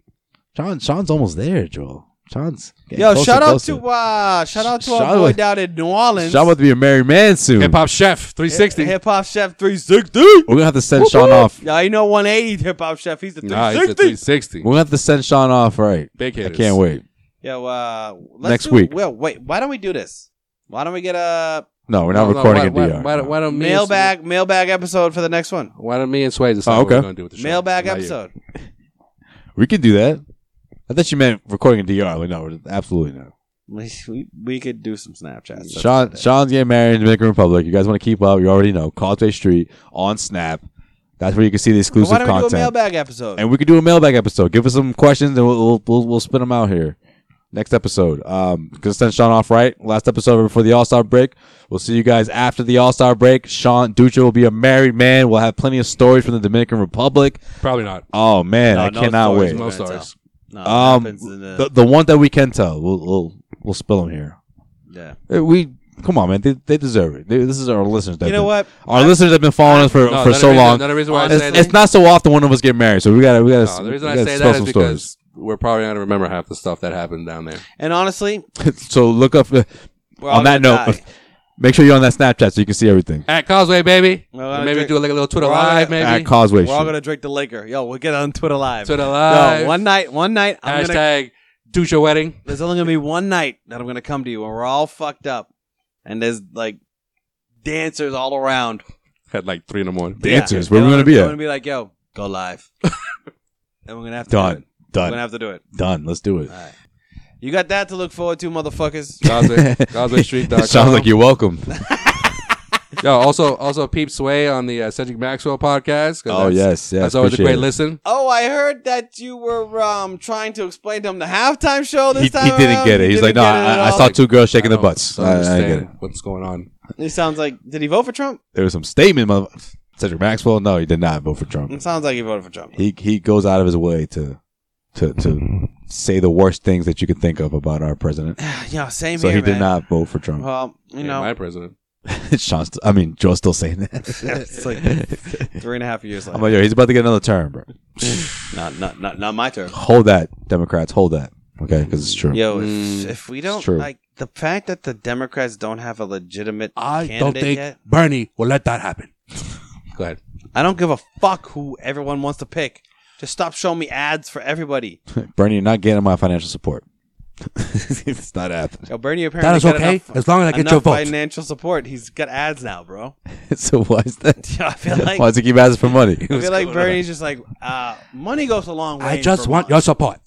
Sean, Sean's almost there, Joel. Sean's. Getting Yo, closer, shout out closer. to uh, shout out to Shout our boy out- down in New Orleans, Sean about to be a married man soon. Hip Hop Chef 360. Hip Hop Chef 360. We're gonna have to send Sean off. Now you know 180 Hip Hop Chef. He's the Nah, he's 360. a 360. We're gonna have to send Sean off, right? Big I hitters. can't wait. Yo, uh, let's Next do- week. Well, wait. Why don't we do this? Why don't we get a No, we're not No, no, recording why, a Why, DR. why, why don't me and- mailbag mailbag episode for the next one? Why don't me and Sway decide Oh, what we're okay. going to do with the show? Mailbag Not you. episode. we could do that. I thought you meant recording a DR. Like, no, we're- absolutely not. We, we, we could do some Snapchats. That's Sean, what it is. Sean's getting married in Dominican Republic. You guys want to keep up? You already know. Causeway Street on Snap. That's where you can see the But exclusive why don't we content. do a mailbag episode? and we could do a mailbag episode. Give us some questions, and we'll we'll, we'll, we'll spin them out here. Next episode, um, gonna send Sean off right. Last episode before the All Star break. We'll see you guys after the All Star break. Sean Dutra will be a married man. We'll have plenty of stories from the Dominican Republic. Probably not. Oh man, No, I no cannot stories, wait. No gonna stars. no, it Um, happens in the- The, the one that we can tell, we'll we'll, we'll spill them here. yeah. Eh, We come on, man. They, they deserve it. They- this is our listeners. that You know been- what? Our listeners have been following us for, No, for another so reason- long. Another reason why I say It's, that. it's not so often one of us get married, so we gotta we gotta. No, the reason we I gotta say spell that is some because stories. we're probably not going to remember half the stuff that happened down there. And honestly, so look up. uh, we're all on that gonna note, die. make sure you're on that Snapchat so you can see everything. At Causeway, baby. We're gonna maybe drink- do like a little Twitter we're all live, gonna- maybe. At Causeway we're all Street. gonna drink the liquor. Yo, we'll get on Twitter live. Twitter live. Yo, one night, one night, I'm gonna Hashtag douche your wedding. there's only gonna be one night that I'm gonna come to you when we're all fucked up, and there's like dancers all around. At like three in the morning. Dancers, Yeah. where we And gonna I'm be I'm at? gonna be like, yo, go live, and we're gonna have to Do it. Done, We're gonna done, have to do it. done. Let's do it. All right. You got that to look forward to, motherfuckers. Causeway, CausewayStreet.com. It sounds like you're welcome. Yo, also, also Peep Sway on the uh, Cedric Maxwell podcast. 'cause oh that's- yes, yes. That's always a appreciate great it. listen. Oh, I heard that you were um, trying to explain to him the halftime show this He, he time. didn't around. get it. You He's like, no, didn't get it at I, I all?" saw two girls shaking I their don't butts. I, I understand get it. What's going on? It sounds like did he vote for Trump? There was some statement, mother- Cedric Maxwell. No, he did not vote for Trump. It sounds like he voted for Trump. He he goes out of his way to to to say the worst things that you could think of about our president. yeah, same So here. he did man. not vote for Trump. Well, you Yeah, know, my president. Sean's, I mean, Joe's still saying It's like- that. three and a half years later. I'm like, yo, he's about to get another term, bro. not, not, not, not my turn. hold that, Democrats, hold that. Okay, because it's true. Yo, Mm, if, if we don't true. like the fact that the Democrats don't have a legitimate I candidate don't think yet, Bernie will let that happen. Go ahead. I don't give a fuck who everyone wants to pick. Just stop showing me ads for everybody. Bernie, you're not getting my financial support. it's not happening. Alberti apparently That is got okay, enough, as long as I get enough your vote. financial support. He's got ads now, bro. so why is that? I feel like why does he keep asking for money? I feel like Bernie's just like uh, money goes a long way. I in just want Vermont. your support.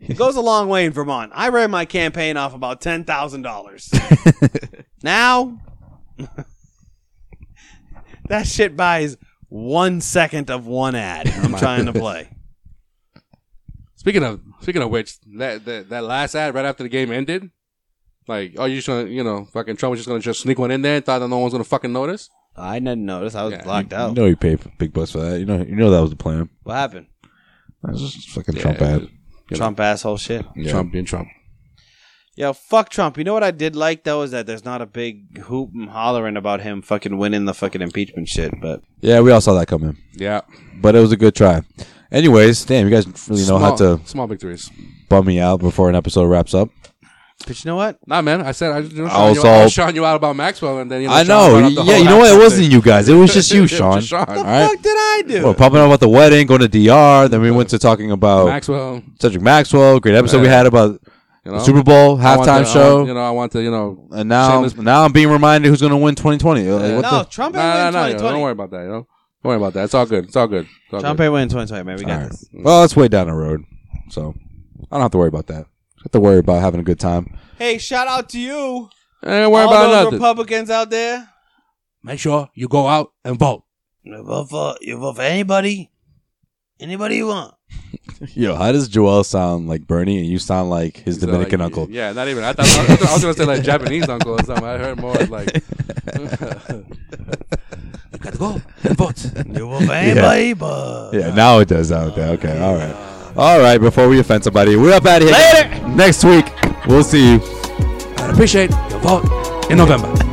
It goes a long way in Vermont. I ran my campaign off about ten thousand dollars. now, that shit buys one second of one ad I'm trying to play. Speaking of speaking of which, that that, that last ad right after the game ended, like, oh, you just gonna, you know, fucking Trump was just gonna just sneak one in there and thought that no one's gonna fucking notice. I didn't notice. I was Yeah. blocked You out. know he paid big bucks for that. You know, you know that was the plan. What happened? That was just fucking Yeah. Trump ad. You know. Trump asshole shit. Yeah. Trump being Trump. Yo, fuck Trump. You know what I did like though is that there's not a big hoop and hollering about him fucking winning the fucking impeachment shit. But Yeah, we all saw that coming, Yeah. but it was a good try. Anyways, damn, you guys really know how Small- to small victories. bum me out before an episode wraps up. but you know what? Nah, man. I said I was you know, Also- showing you, I was showing you out about Maxwell, and then you know, I Sean know. brought up the Yeah, whole you know what? It Maxwell wasn't thing. you guys. It was just you, Just Sean. Sean. The All right. fuck did I do? Well, popping up about the wedding, going to DR. Then we went to talking about Maxwell. Cedric Maxwell. Great episode we had about You the know, Super Bowl I want halftime to- I show. want- you know, I want to. You know, and now, shameless- now I'm being reminded who's going to win 2020. Like, Yeah. what no, the- Trump nah, ain't nah, win nah, you know, 2020. don't worry about that. You know, don't worry about that. It's all good. It's all good. It's all Trump good. ain't winning 2020, man. We got All right. this. Well, that's way down the road, so I don't have to worry about that. I have to worry about having a good time. Hey, shout out to you. Ain't worry All about those nothing. Republicans out there. Make sure you go out and vote. You vote for you vote for anybody, anybody you want. Yo, how does Joel sound like Bernie, and you sound like his So, Dominican like, uncle? Yeah, not even. I thought I, thought- I was gonna say like Japanese uncle or something. I heard more like. you gotta go and vote. You vote for anybody, but Yeah, now it does sound okay. Okay, all right, all right. Before we offend somebody, we're up out of here. Later. Next week, we'll see you. I appreciate your vote in November.